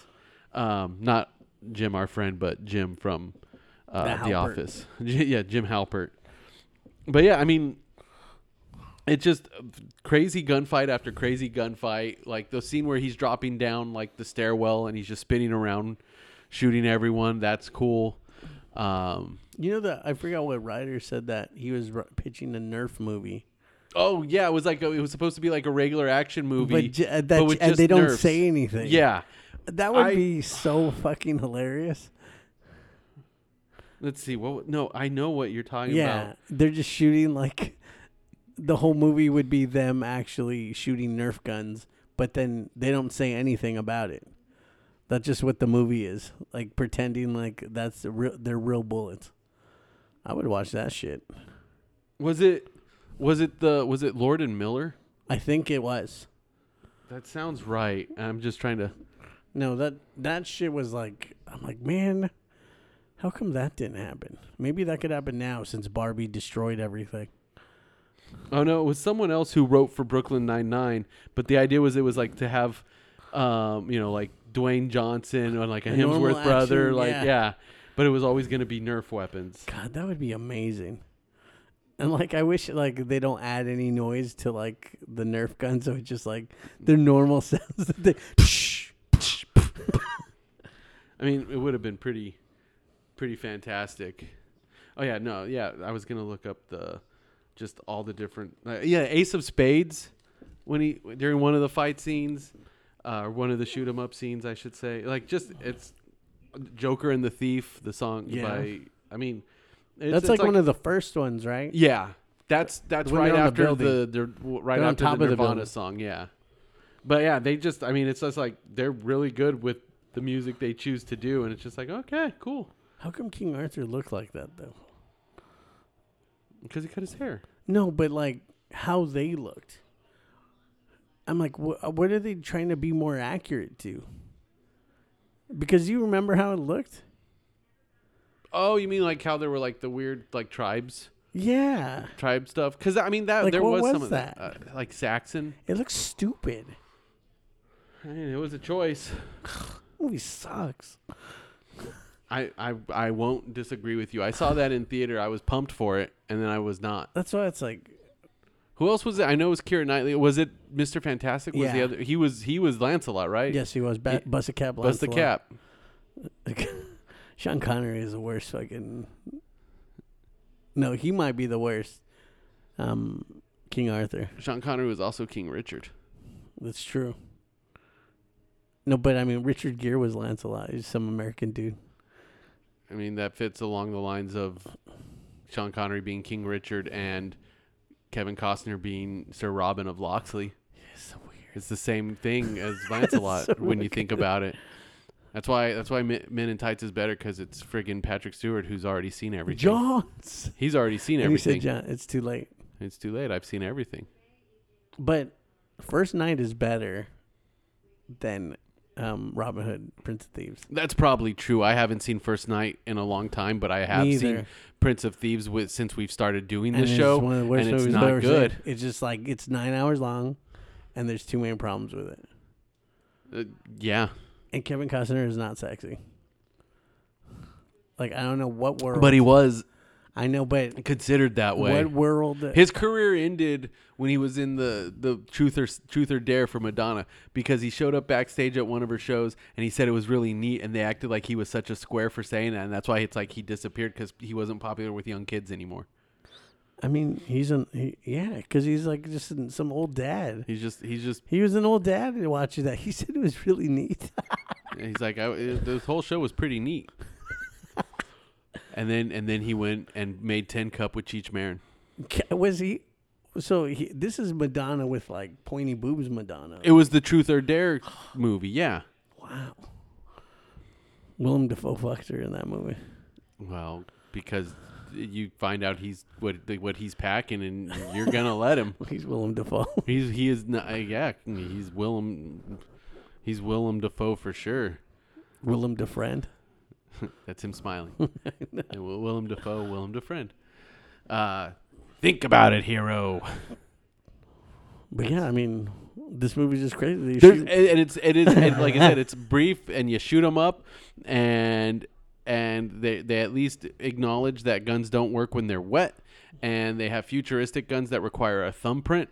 [SPEAKER 2] Um, not Jim, our friend, but Jim from uh,
[SPEAKER 3] The
[SPEAKER 2] the
[SPEAKER 3] Halpert.
[SPEAKER 2] Office. J- yeah, Jim Halpert. But yeah, I mean, it's just uh, crazy gunfight after crazy gunfight. Like the scene where he's dropping down like the stairwell and he's just spinning around, shooting everyone. That's cool. Um,
[SPEAKER 3] You know that I forgot what writer said that he was r- pitching a Nerf movie.
[SPEAKER 2] oh yeah, it was like a, it was supposed to be like a regular action movie,
[SPEAKER 3] But j- uh, that j- and they don't say anything.
[SPEAKER 2] Yeah.
[SPEAKER 3] That would
[SPEAKER 2] I-
[SPEAKER 3] be so fucking hilarious.
[SPEAKER 2] Let's see. What? No, I know what you're talking
[SPEAKER 3] yeah,
[SPEAKER 2] about.
[SPEAKER 3] they're just shooting like the whole movie would be them actually shooting Nerf guns, but then they don't say anything about it. That's just what the movie is like, pretending like that's the real, they're real bullets. I would watch that shit.
[SPEAKER 2] Was it? Was it the? Was it Lord and Miller?
[SPEAKER 3] I think it was.
[SPEAKER 2] That sounds right. I'm just trying to.
[SPEAKER 3] No, that that shit was like I'm like, man, how come that didn't happen? Maybe that could happen now since Barbie destroyed everything.
[SPEAKER 2] Oh no, it was someone else who wrote for Brooklyn Nine Nine. But the idea was it was like to have, um, you know, like Dwayne Johnson or like a,
[SPEAKER 3] A normal
[SPEAKER 2] Hemsworth brother,
[SPEAKER 3] action,
[SPEAKER 2] like
[SPEAKER 3] yeah.
[SPEAKER 2] yeah. But it was always going to be Nerf weapons.
[SPEAKER 3] God, that would be amazing. And like I wish like they don't add any noise to like the Nerf gun, so it's just like their normal sounds that they
[SPEAKER 2] I mean, it would have been pretty, pretty fantastic. Oh yeah, no, yeah. I was gonna look up the, just all the different. Uh, yeah, Ace of Spades, when he during one of the fight scenes, uh, or one of the shoot 'em up scenes, I should say. Like just it's, Joker and the Thief, the song
[SPEAKER 3] Yeah.
[SPEAKER 2] by. I mean, it's,
[SPEAKER 3] That's
[SPEAKER 2] it's
[SPEAKER 3] like, one of the first ones, right?
[SPEAKER 2] Yeah, that's that's
[SPEAKER 3] When
[SPEAKER 2] right
[SPEAKER 3] they're on the
[SPEAKER 2] after
[SPEAKER 3] building.
[SPEAKER 2] the, the right
[SPEAKER 3] They're on
[SPEAKER 2] after
[SPEAKER 3] top of
[SPEAKER 2] the
[SPEAKER 3] the
[SPEAKER 2] Nirvana
[SPEAKER 3] building.
[SPEAKER 2] song. Yeah, but yeah, they just I mean it's just like they're really good with the music they choose to do, and it's just like okay, cool,
[SPEAKER 3] How come King Arthur looked like that though?
[SPEAKER 2] because he cut his hair.
[SPEAKER 3] No, but like how they looked. I'm like, wh- what are they trying to be more accurate to? Because you remember how it looked?
[SPEAKER 2] Oh, you mean like how there were like the weird like tribes
[SPEAKER 3] Yeah,
[SPEAKER 2] tribe stuff? Because I mean that
[SPEAKER 3] Like,
[SPEAKER 2] there
[SPEAKER 3] what
[SPEAKER 2] was,
[SPEAKER 3] was
[SPEAKER 2] some of that,
[SPEAKER 3] that?
[SPEAKER 2] uh, like Saxon.
[SPEAKER 3] it looks stupid.
[SPEAKER 2] I mean, it was a choice.
[SPEAKER 3] Movie sucks.
[SPEAKER 2] I, I I won't disagree with you. I saw that in theater. I was pumped for it, and then I was not.
[SPEAKER 3] That's why it's like
[SPEAKER 2] Who else was it? I know it was Kira Knightley. Was it Mr. Fantastic? Was the
[SPEAKER 3] Yeah.
[SPEAKER 2] other? He was he was Lancelot, right?
[SPEAKER 3] Yes, he was. Ba- Bust a cap.
[SPEAKER 2] Bust the
[SPEAKER 3] Lancelot.
[SPEAKER 2] cap.
[SPEAKER 3] Sean Connery is the worst fucking. No, he might be the worst. Um, King Arthur.
[SPEAKER 2] Sean Connery was also King Richard.
[SPEAKER 3] That's true. No, but I mean, Richard Gere was Lancelot. He's some American dude.
[SPEAKER 2] I mean, that fits along the lines of Sean Connery being King Richard and Kevin Costner being Sir Robin of Locksley.
[SPEAKER 3] It's so weird.
[SPEAKER 2] It's the same thing as Lancelot
[SPEAKER 3] so
[SPEAKER 2] when you think about it. That's why that's why Men Men in Tights is better because it's friggin' Patrick Stewart who's already seen everything.
[SPEAKER 3] Johns.
[SPEAKER 2] He's already seen
[SPEAKER 3] And he said,
[SPEAKER 2] everything.
[SPEAKER 3] John, it's too late.
[SPEAKER 2] it's too late. I've seen everything.
[SPEAKER 3] But First Night is better than um, Robin Hood, Prince of Thieves.
[SPEAKER 2] That's probably true. I haven't seen First Night in a long time, but I have seen
[SPEAKER 3] either.
[SPEAKER 2] Prince of Thieves with, since we've started doing
[SPEAKER 3] And
[SPEAKER 2] this
[SPEAKER 3] it's
[SPEAKER 2] show,
[SPEAKER 3] one of the worst
[SPEAKER 2] and it's
[SPEAKER 3] movies I've
[SPEAKER 2] not
[SPEAKER 3] ever
[SPEAKER 2] good.
[SPEAKER 3] seen. It's just like it's nine hours long, and there's too many problems with it.
[SPEAKER 2] Uh, yeah,
[SPEAKER 3] And Kevin Costner is not sexy. Like I don't know what world,
[SPEAKER 2] but he was
[SPEAKER 3] I know, but
[SPEAKER 2] considered that way.
[SPEAKER 3] what world?
[SPEAKER 2] His career ended when he was in the the Truth or Truth or Dare for Madonna because he showed up backstage at one of her shows and he said it was really neat and they acted like he was such a square for saying that and that's why it's like he disappeared because he wasn't popular with young kids anymore.
[SPEAKER 3] I mean, he's an he, yeah, because he's like just an, some old dad.
[SPEAKER 2] He's just he's just
[SPEAKER 3] He was an old dad to watch that. He said it was really neat.
[SPEAKER 2] He's like, I, it- this whole show was pretty neat. and then and then he went and made ten cup with Cheech Marin.
[SPEAKER 3] Ca- was he? So he, this is Madonna with like pointy boobs. Madonna.
[SPEAKER 2] It was the Truth or Dare movie. Yeah.
[SPEAKER 3] wow. Willem Dafoe fucked her in that movie.
[SPEAKER 2] Well, because you find out he's what what he's packing, and you're gonna let him.
[SPEAKER 3] He's Willem Dafoe.
[SPEAKER 2] He's he is not. uh, Yeah, he's Willem. He's Willem Dafoe for sure.
[SPEAKER 3] Willem Defriend.
[SPEAKER 2] That's him smiling. And Will- Willem Dafoe, Willem Defriend. Uh, think about it, hero.
[SPEAKER 3] But yeah, I mean, this movie's just crazy. They
[SPEAKER 2] There's,
[SPEAKER 3] shoot-
[SPEAKER 2] and and it's it is and like I said, it's brief, and you shoot them up, and and they they at least acknowledge that guns don't work when they're wet, and they have futuristic guns that require a thumbprint,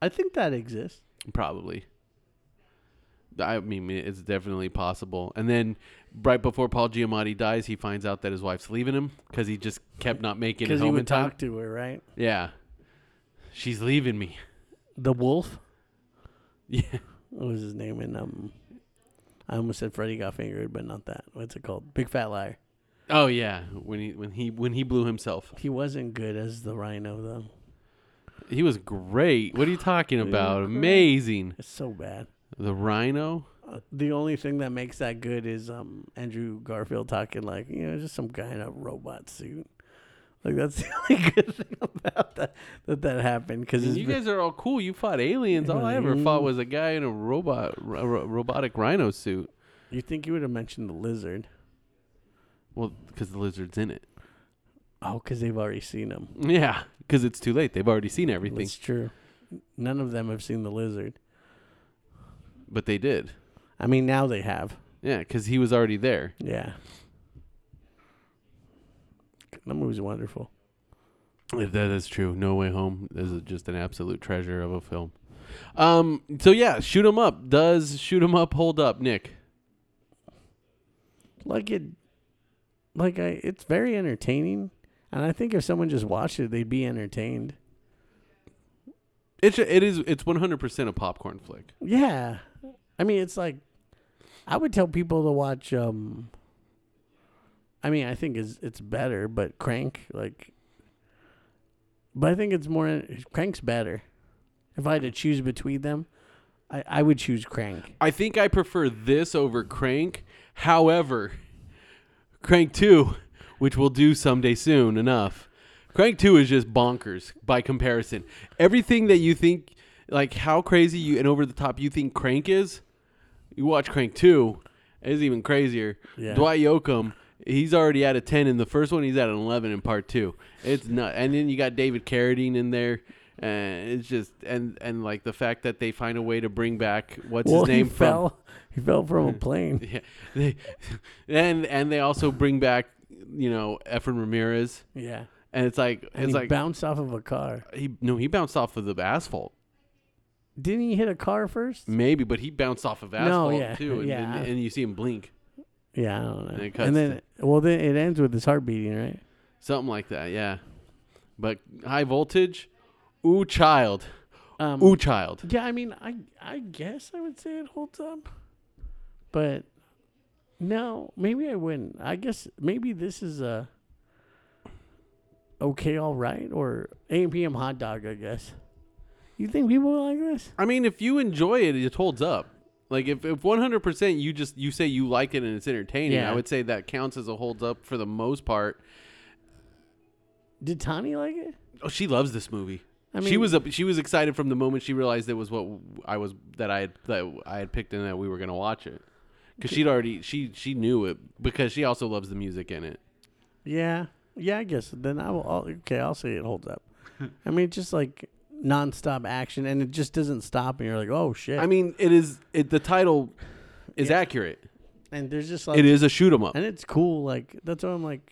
[SPEAKER 3] I think that exists.
[SPEAKER 2] probably. I mean, it's definitely possible. And then, right before Paul Giamatti dies, he finds out that his wife's leaving him because he just kept not making it
[SPEAKER 3] Because he
[SPEAKER 2] home in
[SPEAKER 3] would
[SPEAKER 2] time.
[SPEAKER 3] talk to her, right?
[SPEAKER 2] Yeah, she's leaving me.
[SPEAKER 3] The wolf.
[SPEAKER 2] Yeah,
[SPEAKER 3] What was his name? And um, I almost said Freddy got fingered, but not that. What's it called? Big Fat Liar.
[SPEAKER 2] Oh yeah, when he when he when he blew himself,
[SPEAKER 3] He wasn't good as the Rhino though.
[SPEAKER 2] he was great. What are you talking about? Amazing.
[SPEAKER 3] It's so bad.
[SPEAKER 2] The Rhino.
[SPEAKER 3] Uh, the only thing that makes that good is um Andrew Garfield talking like you know just some guy in a robot suit. Like that's the only good thing about that that that happened because
[SPEAKER 2] You guys are all cool. You fought aliens. All I ever fought was a guy in a robot ro- ro- robotic Rhino suit.
[SPEAKER 3] you think you would have mentioned the lizard.
[SPEAKER 2] Well, because the lizard's in it.
[SPEAKER 3] Oh, because they've already seen him.
[SPEAKER 2] Yeah, because it's too late. They've already seen everything,
[SPEAKER 3] That's true. None of them have seen the lizard.
[SPEAKER 2] but they did.
[SPEAKER 3] I mean, now they have.
[SPEAKER 2] Yeah, because he was already there.
[SPEAKER 3] Yeah. That movie's wonderful.
[SPEAKER 2] If that is true, No Way Home is a- just an absolute treasure of a film. Um. So yeah, shoot 'em up. Does shoot 'em up hold up, Nick?
[SPEAKER 3] Like it, like I, it's very entertaining, and I think if someone just watched it, they'd be entertained.
[SPEAKER 2] It's it is it's one hundred percent a popcorn flick.
[SPEAKER 3] Yeah, I mean, it's like, I would tell people to watch. um I mean, I think it's it's better, but Crank like, but I think it's more Crank's better. If I had to choose between them, I I would choose Crank.
[SPEAKER 2] I think I prefer this over Crank. However, Crank Two, which we'll do someday soon enough, Crank Two is just bonkers by comparison. Everything that you think, like how crazy you and over the top you think Crank is, you watch Crank Two, it's even crazier.
[SPEAKER 3] Yeah.
[SPEAKER 2] Dwight Yoakam. He's already at a ten in the first one. He's at an eleven in part two. It's not, and then you got David Carradine in there, and it's just and and like the fact that they find a way to bring back what's his name
[SPEAKER 3] he
[SPEAKER 2] from
[SPEAKER 3] fell. He fell from a plane.
[SPEAKER 2] yeah. They, and and they also bring back you know Efren Ramirez,
[SPEAKER 3] Yeah.
[SPEAKER 2] and it's like
[SPEAKER 3] And
[SPEAKER 2] it's
[SPEAKER 3] he
[SPEAKER 2] like
[SPEAKER 3] bounced off of a car.
[SPEAKER 2] he no he bounced off of the asphalt
[SPEAKER 3] Didn't he hit a car first?
[SPEAKER 2] maybe, but he bounced off of asphalt
[SPEAKER 3] yeah,
[SPEAKER 2] too, and,
[SPEAKER 3] yeah.
[SPEAKER 2] and and you see him blink
[SPEAKER 3] Yeah, I don't know.
[SPEAKER 2] And it
[SPEAKER 3] And,
[SPEAKER 2] cuts
[SPEAKER 3] then, well, then it ends with his heart beating, right?
[SPEAKER 2] something like that. Yeah, but high voltage, ooh child,
[SPEAKER 3] Um,
[SPEAKER 2] ooh child.
[SPEAKER 3] Yeah, I mean, I I guess I would say it holds up, but no, maybe I wouldn't. I guess maybe this is a okay, all right, or AM PM hot dog. I guess. You think people like this?
[SPEAKER 2] I mean, if you enjoy it, it holds up. Like if if one hundred percent you just you say you like it and it's entertaining,
[SPEAKER 3] Yeah.
[SPEAKER 2] I would say that counts as a holds up for the most part.
[SPEAKER 3] Did Tani like it?
[SPEAKER 2] Oh, she loves this movie.
[SPEAKER 3] I
[SPEAKER 2] she
[SPEAKER 3] mean-
[SPEAKER 2] was a, she was excited from the moment she realized it was what I was that I had that I had picked and that we were gonna watch it because she'd already she she knew it because she also loves the music in it.
[SPEAKER 3] Yeah, yeah, I guess. Then I will. I'll, okay, I'll say it holds up. I mean, it's just like nonstop action, and it just doesn't stop, and you're like, oh shit.
[SPEAKER 2] I mean, it is it the title is accurate.
[SPEAKER 3] and there's just like
[SPEAKER 2] It is a shoot 'em up.
[SPEAKER 3] and it's cool. Like that's why I'm like,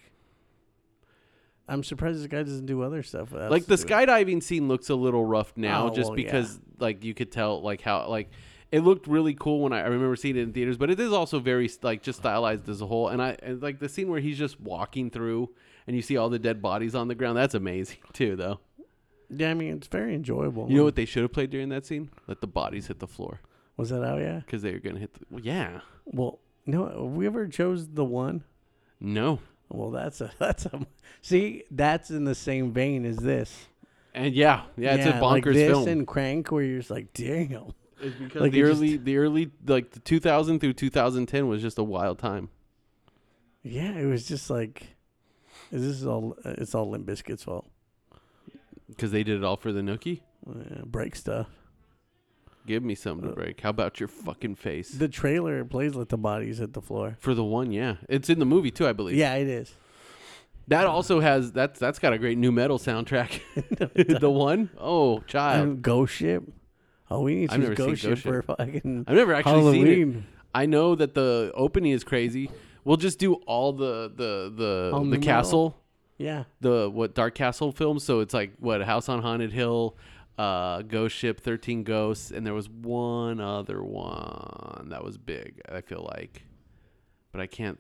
[SPEAKER 3] I'm surprised this guy doesn't do other stuff. with us
[SPEAKER 2] like the
[SPEAKER 3] to do it.
[SPEAKER 2] skydiving scene looks a little rough now
[SPEAKER 3] Oh,
[SPEAKER 2] just
[SPEAKER 3] well,
[SPEAKER 2] because like you could tell like how like it looked really cool when I, I remember seeing it in theaters but it is also very like just stylized as a whole and i and, like the scene where he's just walking through and you see all the dead bodies on the ground that's amazing too though
[SPEAKER 3] Yeah, I mean it's very enjoyable.
[SPEAKER 2] you know what they should have played during that scene let the bodies hit the floor
[SPEAKER 3] was that out? Yeah.
[SPEAKER 2] because they were gonna hit the well, yeah
[SPEAKER 3] Well, no, have we ever chose the one.
[SPEAKER 2] no
[SPEAKER 3] Well, that's a that's a see that's in the same vein as this.
[SPEAKER 2] and yeah yeah, it's a bonkers
[SPEAKER 3] like this
[SPEAKER 2] film
[SPEAKER 3] and Crank, where you're just like, damn.
[SPEAKER 2] It's because
[SPEAKER 3] like,
[SPEAKER 2] the
[SPEAKER 3] they just-
[SPEAKER 2] early the early like the 2000 through 2010 was just a wild time
[SPEAKER 3] Yeah, it was just like, is this all? uh, It's all Limp Bizkit's fault.
[SPEAKER 2] because they did it all for the nookie
[SPEAKER 3] Uh, break stuff.
[SPEAKER 2] Give me
[SPEAKER 3] Uh,
[SPEAKER 2] something to break. How about your fucking face?
[SPEAKER 3] The trailer plays "Let the Bodies Hit the Floor."
[SPEAKER 2] For the one, yeah. It's in the movie too, I believe.
[SPEAKER 3] Yeah, it is.
[SPEAKER 2] That also has that's that's got a great new metal soundtrack. the one? Oh, child.
[SPEAKER 3] And Ghost Ship. Oh, we need
[SPEAKER 2] I've
[SPEAKER 3] to use
[SPEAKER 2] never seen
[SPEAKER 3] Ghost Ship
[SPEAKER 2] Ghost
[SPEAKER 3] for
[SPEAKER 2] Ship.
[SPEAKER 3] fucking
[SPEAKER 2] I've never actually
[SPEAKER 3] Halloween.
[SPEAKER 2] seen it. I know that the opening is crazy. We'll just do all the the the
[SPEAKER 3] All
[SPEAKER 2] the
[SPEAKER 3] new metal?
[SPEAKER 2] castle,
[SPEAKER 3] Yeah,
[SPEAKER 2] the what Dark Castle films. So it's like what House on Haunted Hill, uh, Ghost Ship, Thirteen Ghosts, and there was one other one that was big. I feel like, but I can't.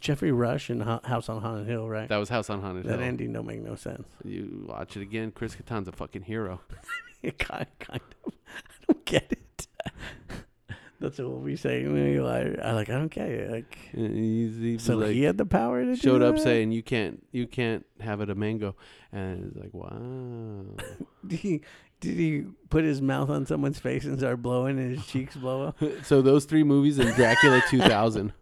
[SPEAKER 3] Jeffrey Rush and Ho- House on Haunted Hill, right? That,
[SPEAKER 2] That was House on Haunted Hill.
[SPEAKER 3] ending don't make no sense.
[SPEAKER 2] You watch it again. Chris Kattan's a fucking hero.
[SPEAKER 3] kind, kind of. I don't get it. That's Melissa will be saying, you know, I, I like, I don't care. Like,
[SPEAKER 2] He's, he was
[SPEAKER 3] so
[SPEAKER 2] like,
[SPEAKER 3] he had the power to do
[SPEAKER 2] showed up
[SPEAKER 3] that?
[SPEAKER 2] saying you can't you can't have it a mango, and it's like wow.
[SPEAKER 3] did he, did he put his mouth on someone's face and start blowing and his cheeks blow up?
[SPEAKER 2] so those three movies and Dracula 2000.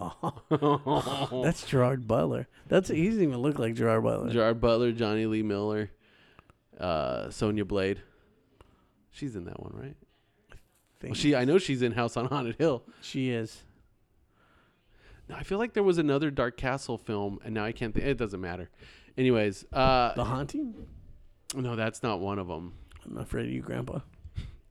[SPEAKER 3] Oh. That's Gerard Butler. That's he doesn't even look like Gerard Butler.
[SPEAKER 2] Gerard Butler, Johnny Lee Miller, uh, Sonia Blade. She's in that one, right?
[SPEAKER 3] Think
[SPEAKER 2] Well, she I know she's in House on Haunted Hill.
[SPEAKER 3] she is.
[SPEAKER 2] No, I feel like there was another Dark Castle film, and now I can't think. It doesn't matter. Anyways, uh,
[SPEAKER 3] The haunting.
[SPEAKER 2] no, that's not one of them.
[SPEAKER 3] I'm afraid of you, Grandpa.
[SPEAKER 2] God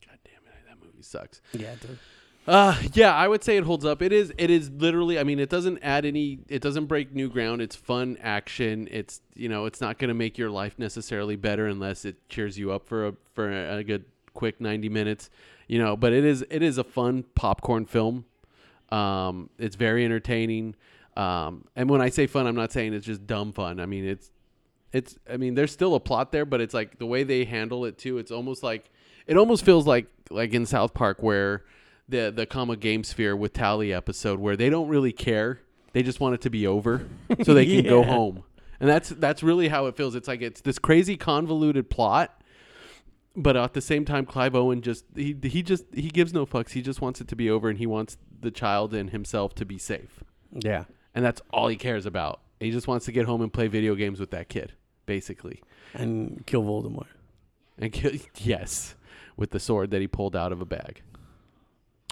[SPEAKER 2] damn it, that movie sucks.
[SPEAKER 3] Yeah, it does.
[SPEAKER 2] Uh, yeah, I would say it holds up. It is, it is literally. I mean, it doesn't add any. It doesn't break new ground. It's fun action. It's you know, it's not going to make your life necessarily better unless it cheers you up for a for a good quick ninety minutes. You know, but it is it is a fun popcorn film. Um, it's very entertaining. Um, and when I say fun, I'm not saying it's just dumb fun. I mean, it's it's i mean there's still a plot there but it's like the way they handle it too it's almost like it almost feels like like in south park where the the comma game sphere with tally episode where they don't really care they just want it to be over so they can go
[SPEAKER 3] Yeah.
[SPEAKER 2] home and that's that's really how it feels it's like it's this crazy convoluted plot but at the same time clive owen just he, he just he gives no fucks he just wants it to be over and he wants the child and himself to be safe
[SPEAKER 3] Yeah.
[SPEAKER 2] and that's all he cares about he just wants to get home and play video games with that kid basically
[SPEAKER 3] And kill Voldemort.
[SPEAKER 2] and kill, yes, with the sword that he pulled out of a bag.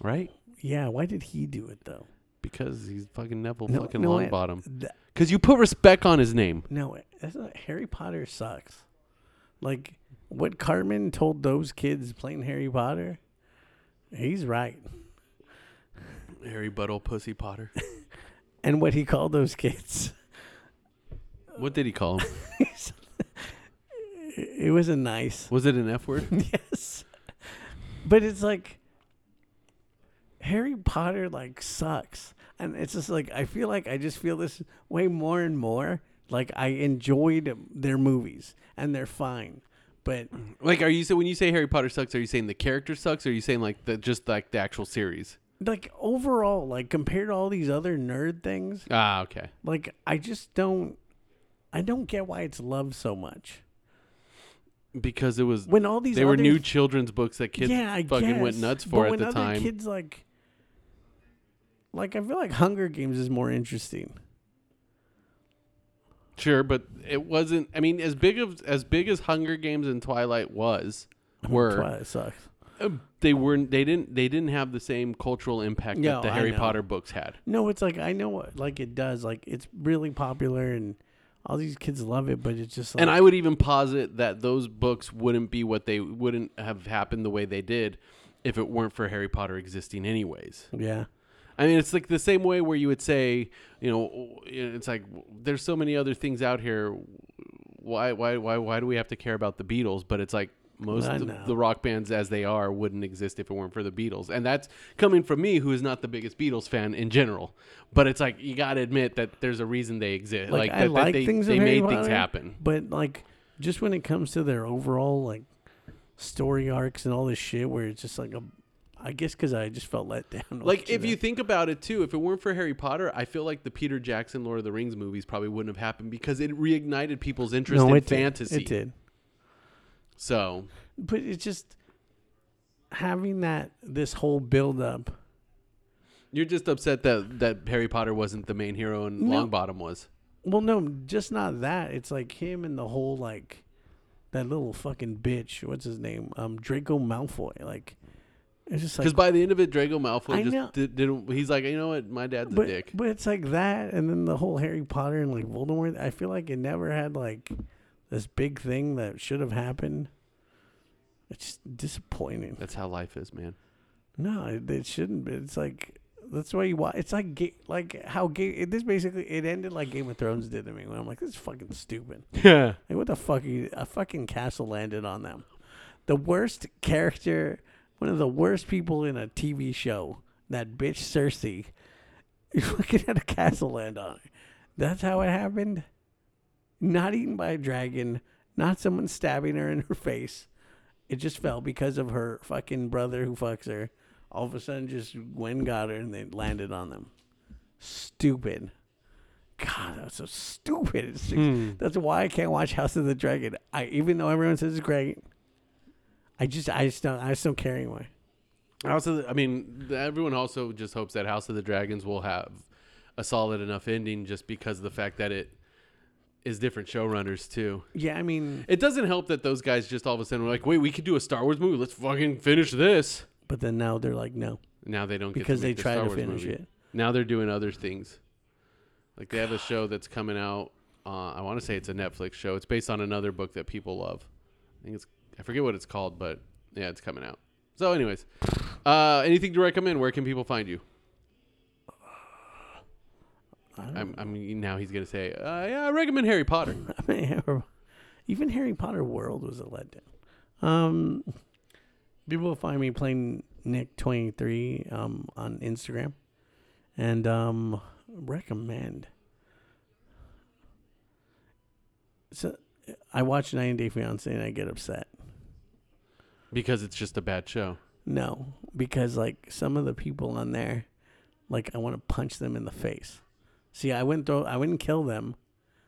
[SPEAKER 2] Right?
[SPEAKER 3] Yeah. Why did he do it though?
[SPEAKER 2] Because he's fucking Neville
[SPEAKER 3] No,
[SPEAKER 2] fucking
[SPEAKER 3] no, I-
[SPEAKER 2] Longbottom.
[SPEAKER 3] th-
[SPEAKER 2] Because you put respect on his name.
[SPEAKER 3] No, that's not, Harry Potter sucks. Like what Cartman told those kids playing Harry Potter, he's right.
[SPEAKER 2] Harry Buttle Pussy Potter.
[SPEAKER 3] And what he called those kids,
[SPEAKER 2] What did he call him?
[SPEAKER 3] it was a nice
[SPEAKER 2] Was it an F word?
[SPEAKER 3] yes. But it's like Harry Potter like sucks. And it's just like I feel like I just feel this way more and more. Like I enjoyed their movies and they're fine. But
[SPEAKER 2] like, are you so when you say Harry Potter sucks? Are you saying the character sucks? Or are you saying like the just like the actual series?
[SPEAKER 3] like overall, like compared to all these other nerd things,
[SPEAKER 2] Ah, okay.
[SPEAKER 3] like I just don't I don't get why it's loved so much.
[SPEAKER 2] Because it was
[SPEAKER 3] When all these
[SPEAKER 2] they were
[SPEAKER 3] other-
[SPEAKER 2] new children's books that kids
[SPEAKER 3] yeah, I
[SPEAKER 2] fucking went
[SPEAKER 3] guess.
[SPEAKER 2] nuts
[SPEAKER 3] But
[SPEAKER 2] for at
[SPEAKER 3] when
[SPEAKER 2] the
[SPEAKER 3] other
[SPEAKER 2] time.
[SPEAKER 3] Kids like, like I feel like Hunger Games is more interesting.
[SPEAKER 2] Sure, but it wasn't. I mean, as big of as big as Hunger Games and Twilight was, were
[SPEAKER 3] Oh, Twilight sucks.
[SPEAKER 2] Uh, they weren't they didn't they didn't have the same cultural impact
[SPEAKER 3] No,
[SPEAKER 2] that the
[SPEAKER 3] I
[SPEAKER 2] Harry
[SPEAKER 3] know.
[SPEAKER 2] Potter books had.
[SPEAKER 3] No, it's like I know what like it does. Like it's really popular and all these kids love it, but it's just like
[SPEAKER 2] And I would even posit that those books wouldn't be what they wouldn't have happened the way they did if it weren't for Harry Potter existing anyways.
[SPEAKER 3] yeah.
[SPEAKER 2] I mean, it's like the same way where you would say, you know, it's like there's so many other things out here. Why, why, why, why do we have to care about the Beatles? But it's like most
[SPEAKER 3] I
[SPEAKER 2] of
[SPEAKER 3] know.
[SPEAKER 2] the rock bands as they are wouldn't exist if it weren't for the Beatles. And that's coming from me, who is not the biggest Beatles fan in general. But it's like you got to admit that there's a reason they exist.
[SPEAKER 3] Like,
[SPEAKER 2] that,
[SPEAKER 3] I
[SPEAKER 2] that
[SPEAKER 3] like
[SPEAKER 2] they,
[SPEAKER 3] things.
[SPEAKER 2] they
[SPEAKER 3] of Harry
[SPEAKER 2] made things
[SPEAKER 3] Potter,
[SPEAKER 2] happen.
[SPEAKER 3] but like just when it comes to their overall like story arcs and all this shit, where it's just like a, I guess because I just felt let down.
[SPEAKER 2] Like
[SPEAKER 3] watching
[SPEAKER 2] if you
[SPEAKER 3] that.
[SPEAKER 2] think about it too, if it weren't for Harry Potter, I feel like the Peter Jackson Lord of the Rings movies probably wouldn't have happened because it reignited people's interest
[SPEAKER 3] no,
[SPEAKER 2] in
[SPEAKER 3] it did.
[SPEAKER 2] fantasy.
[SPEAKER 3] it did.
[SPEAKER 2] So
[SPEAKER 3] but it's just having that this whole build up.
[SPEAKER 2] You're just upset that that Harry Potter wasn't the main hero and
[SPEAKER 3] No.
[SPEAKER 2] Longbottom was.
[SPEAKER 3] Well, no, just not that. It's like him and the whole like that little fucking bitch. What's his name? Um, Draco Malfoy. Like it's just
[SPEAKER 2] Because
[SPEAKER 3] like,
[SPEAKER 2] by the end of it, Draco Malfoy
[SPEAKER 3] I know.
[SPEAKER 2] just did, didn't. He's like, you know what, my dad's a
[SPEAKER 3] but
[SPEAKER 2] dick.
[SPEAKER 3] but it's like that, and then the whole Harry Potter and like Voldemort. I feel like it never had like this big thing that should have happened. It's just disappointing.
[SPEAKER 2] That's how life is, man.
[SPEAKER 3] No, it, it shouldn't. But it's like that's why you watch. It's like ga- like how game. It, this basically it ended like Game of Thrones did to me. When I'm like, this is fucking stupid.
[SPEAKER 2] Yeah.
[SPEAKER 3] Like, what the fuck? Are you, a fucking castle landed on them. The worst character, one of the worst people in a TV show. That bitch Cersei. You fucking had a castle land on her. That's how it happened. Not eaten by a dragon. Not someone stabbing her in her face. It just fell because of her fucking brother who fucks her all of a sudden just went got her and they landed on them. Stupid. God, that's so stupid. It's just- That's why I can't watch House of the Dragon. I even though everyone says it's great, I just I just don't I just don't care anymore.
[SPEAKER 2] I also, I mean, th- everyone also just hopes that House of the Dragons will have a solid enough ending, just because of the fact that it is different showrunners too.
[SPEAKER 3] Yeah, I mean,
[SPEAKER 2] It doesn't help that those guys just all of a sudden were like, "Wait, we could do a Star Wars movie. Let's fucking finish this."
[SPEAKER 3] but then now they're like no
[SPEAKER 2] Now they don't get
[SPEAKER 3] because
[SPEAKER 2] to
[SPEAKER 3] they
[SPEAKER 2] make the
[SPEAKER 3] try
[SPEAKER 2] Star
[SPEAKER 3] to
[SPEAKER 2] Wars
[SPEAKER 3] finish
[SPEAKER 2] movie.
[SPEAKER 3] it.
[SPEAKER 2] Now they're doing other things. Like they have a show that's coming out. Uh, I want to say it's a Netflix show. It's based on another book that people love. I think it's I forget what it's called, but yeah, it's coming out. So, anyways, uh, anything to recommend? Where can people find you? I'm, I'm now he's gonna say, uh, yeah, I recommend Harry Potter.
[SPEAKER 3] I mean, Har- even Harry Potter World was a letdown. Um, people will find me playing Nick twenty three um, on Instagram, and um, recommend. So, I watch 90 Day Fiance and I get upset.
[SPEAKER 2] because it's just a bad show.
[SPEAKER 3] No, because like some of the people on there, like I want to punch them in the face. See, I wouldn't throw, I wouldn't kill them.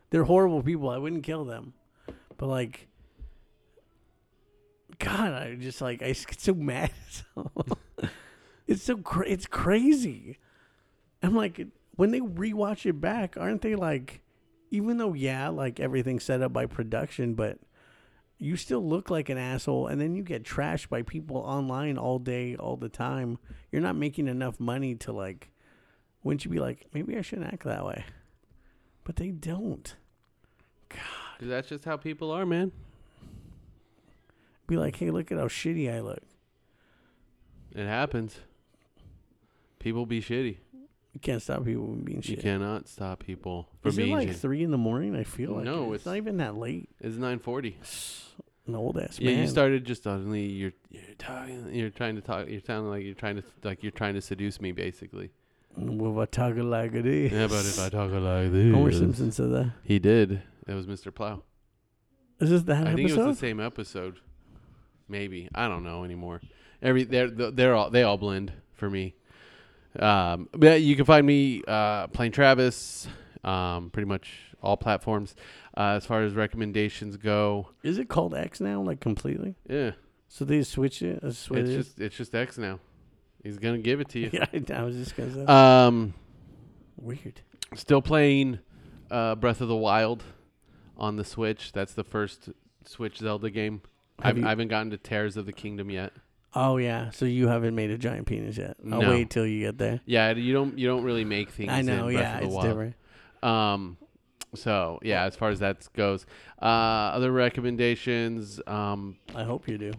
[SPEAKER 3] They're horrible people. I wouldn't kill them, but like, God, I just like I just get so mad. it's so cra- it's crazy. I'm like, when they rewatch it back, aren't they like, even though yeah, like everything's set up by production, but you still look like an asshole and then you get trashed by people online all day all the time you're not making enough money to like wouldn't you be like maybe i shouldn't act that way but they don't
[SPEAKER 2] 'Cause that's just how people are, man.
[SPEAKER 3] be like hey look at how shitty i look
[SPEAKER 2] It happens. People be shitty.
[SPEAKER 3] you can't stop people from being
[SPEAKER 2] You
[SPEAKER 3] shit
[SPEAKER 2] cannot stop people from
[SPEAKER 3] is it
[SPEAKER 2] being.
[SPEAKER 3] like
[SPEAKER 2] shitty.
[SPEAKER 3] three in the morning i feel like
[SPEAKER 2] No,
[SPEAKER 3] it. it's,
[SPEAKER 2] it's-
[SPEAKER 3] not even that late
[SPEAKER 2] It's nine forty.
[SPEAKER 3] an old ass
[SPEAKER 2] Yeah,
[SPEAKER 3] man
[SPEAKER 2] you started just suddenly. You're you're talking. You're trying to talk. You're sounding like you're trying to like you're trying to seduce me, basically.
[SPEAKER 3] with a tug like it is
[SPEAKER 2] Yeah, but if I talk like
[SPEAKER 3] homer
[SPEAKER 2] this,
[SPEAKER 3] simpson said that
[SPEAKER 2] he did. It was Mr. Plow.
[SPEAKER 3] is this that
[SPEAKER 2] I think it
[SPEAKER 3] episode
[SPEAKER 2] was the same episode. Maybe I don't know anymore. Every they're they're all they all blend for me. Um, but you can find me uh, playing Travis, um, pretty much all platforms. Uh, as far as recommendations go, eh,
[SPEAKER 3] is it called x now like completely
[SPEAKER 2] yeah,
[SPEAKER 3] so they switched it that's what
[SPEAKER 2] it's
[SPEAKER 3] it is?
[SPEAKER 2] just it's just X now. He's gonna give it to you.
[SPEAKER 3] yeah I, I was just gonna say
[SPEAKER 2] Um,
[SPEAKER 3] weird
[SPEAKER 2] still playing uh, Breath of the Wild on the Switch. That's the first Switch Zelda game.
[SPEAKER 3] Have
[SPEAKER 2] I've,
[SPEAKER 3] you-
[SPEAKER 2] I haven't gotten to Tears of the Kingdom yet.
[SPEAKER 3] Oh yeah, so you haven't made a giant penis yet. I'll
[SPEAKER 2] No.
[SPEAKER 3] wait till you get there.
[SPEAKER 2] Yeah, you don't you don't really make things.
[SPEAKER 3] I know,
[SPEAKER 2] in Breath
[SPEAKER 3] yeah,
[SPEAKER 2] of the
[SPEAKER 3] it's
[SPEAKER 2] Wild.
[SPEAKER 3] different.
[SPEAKER 2] Um, so yeah, as far as that goes, uh, other recommendations. Um,
[SPEAKER 3] I hope you do.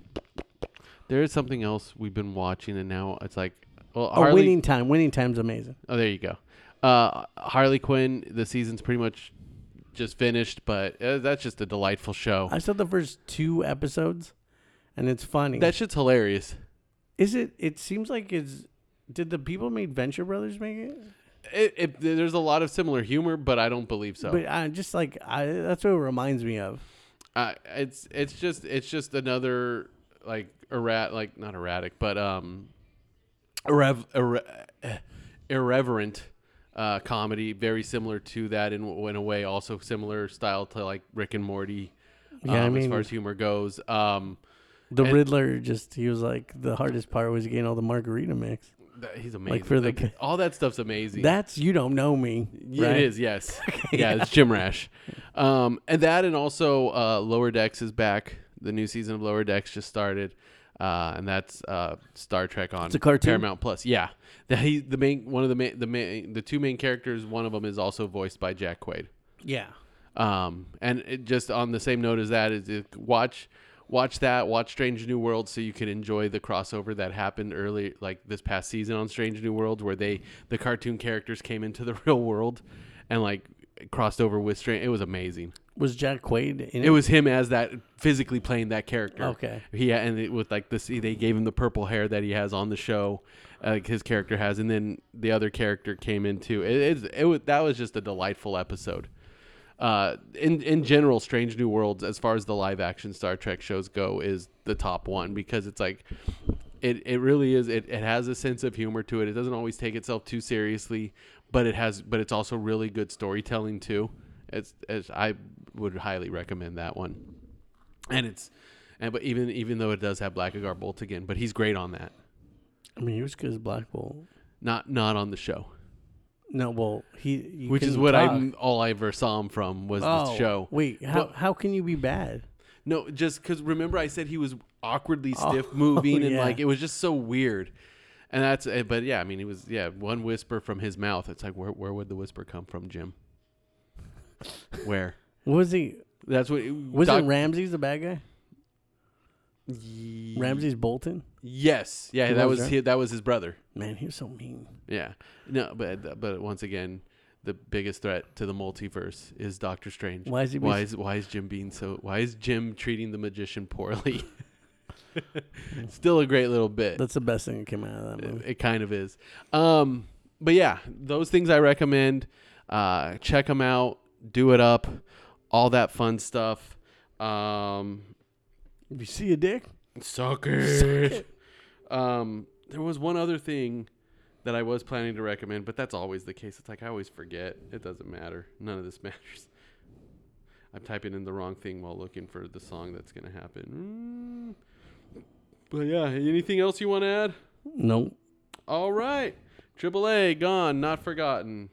[SPEAKER 2] there is something else we've been watching, and now it's like, well,
[SPEAKER 3] Oh,
[SPEAKER 2] Harley.
[SPEAKER 3] winning time. Winning time's amazing.
[SPEAKER 2] Oh, there you go. Uh, Harley Quinn. The season's pretty much just finished, but uh, that's just a delightful show.
[SPEAKER 3] I saw the first two episodes, and it's funny.
[SPEAKER 2] that shit's hilarious.
[SPEAKER 3] Is it? It seems like it's. Did the people made Venture Brothers make it?
[SPEAKER 2] It, it, there's a lot of similar humor, but I don't believe so.
[SPEAKER 3] But I just like I. That's what it reminds me of.
[SPEAKER 2] uh, it's it's just it's just another like errat like not erratic but um irrev- irre- eh, irreverent uh, comedy very similar to that in, in a way also similar style to like Rick and Morty
[SPEAKER 3] Yeah, I
[SPEAKER 2] um, as
[SPEAKER 3] mean-
[SPEAKER 2] far as humor goes um
[SPEAKER 3] The
[SPEAKER 2] And-
[SPEAKER 3] Riddler just he was like the hardest part was getting all the margarita mix.
[SPEAKER 2] that, he's amazing
[SPEAKER 3] for the-
[SPEAKER 2] all that stuff's amazing
[SPEAKER 3] That's you don't know me.
[SPEAKER 2] Yeah,
[SPEAKER 3] right?
[SPEAKER 2] It is, yes. yeah, it's Jim Rash. Um, and that, and also uh, Lower Decks is back. The new season of Lower Decks just started, uh, and that's uh, Star Trek on
[SPEAKER 3] It's a cartoon?
[SPEAKER 2] Paramount Plus. Yeah, the, he, the main one of the main, the main the two main characters. One of them is also voiced by Jack Quaid.
[SPEAKER 3] Yeah.
[SPEAKER 2] Um, and it just on the same note as that is it, watch watch that watch Strange New World so you can enjoy the crossover that happened early like this past season on Strange New World where they the cartoon characters came into the real world and like crossed over with Strange. It was amazing.
[SPEAKER 3] Was Jack Quaid in it?
[SPEAKER 2] It was him as that physically playing that character.
[SPEAKER 3] Okay.
[SPEAKER 2] He and it with like this, they gave him the purple hair that he has on the show, uh, like his character has, and then the other character came in too. It, it's it was that was just a delightful episode. Uh, in in general, Strange New Worlds, as far as the live action Star Trek shows go, is the top one because it's like It it really is. It, it has a sense of humor to it. It doesn't always take itself too seriously, but it has. But it's also really good storytelling too. It's, it's I would highly recommend that one. And it's and but even even though it does have Black Agar Bolt again, but he's great on that.
[SPEAKER 3] I mean, he was good as Black Bolt.
[SPEAKER 2] Not not on the show,
[SPEAKER 3] No, well, he. you
[SPEAKER 2] which is
[SPEAKER 3] couldn't
[SPEAKER 2] what
[SPEAKER 3] talk. Oh,
[SPEAKER 2] I all I ever saw him from was the show.
[SPEAKER 3] Wait, how how can you be bad?
[SPEAKER 2] No, just because remember I said he was awkwardly stiff moving and
[SPEAKER 3] Oh, yeah.
[SPEAKER 2] like it was just so weird. And that's eh, but yeah, I mean it was yeah one whisper from his mouth. It's like where where would the whisper come from, Jim? Where?
[SPEAKER 3] Was he?
[SPEAKER 2] That's what
[SPEAKER 3] Was
[SPEAKER 2] Doc-
[SPEAKER 3] it Ramses the bad guy?
[SPEAKER 2] Ye-
[SPEAKER 3] Ramses Bolton.
[SPEAKER 2] Yes, yeah, that
[SPEAKER 3] was,
[SPEAKER 2] was
[SPEAKER 3] right?
[SPEAKER 2] his, that was his brother.
[SPEAKER 3] Man, he was so mean.
[SPEAKER 2] Yeah, no, but uh, but once again, the biggest threat to the multiverse is Doctor Strange.
[SPEAKER 3] Why is he be-
[SPEAKER 2] Why is why is Jim being so? Why is Jim treating the magician poorly? Still a great little bit.
[SPEAKER 3] That's the best thing that came out of that movie.
[SPEAKER 2] it kind of is. Um, but yeah, those things I recommend. Uh, check them out. Do it up. All that fun stuff. Um,
[SPEAKER 3] If you see a dick,
[SPEAKER 2] suck it. Um, there was one other thing that I was planning to recommend, but that's always the case. It's like I always forget. It doesn't matter. None of this matters. I'm typing in the wrong thing while looking for the song that's gonna happen. Mm. But yeah, anything else you want to add?
[SPEAKER 3] no.
[SPEAKER 2] All right. Triple A, gone, not forgotten.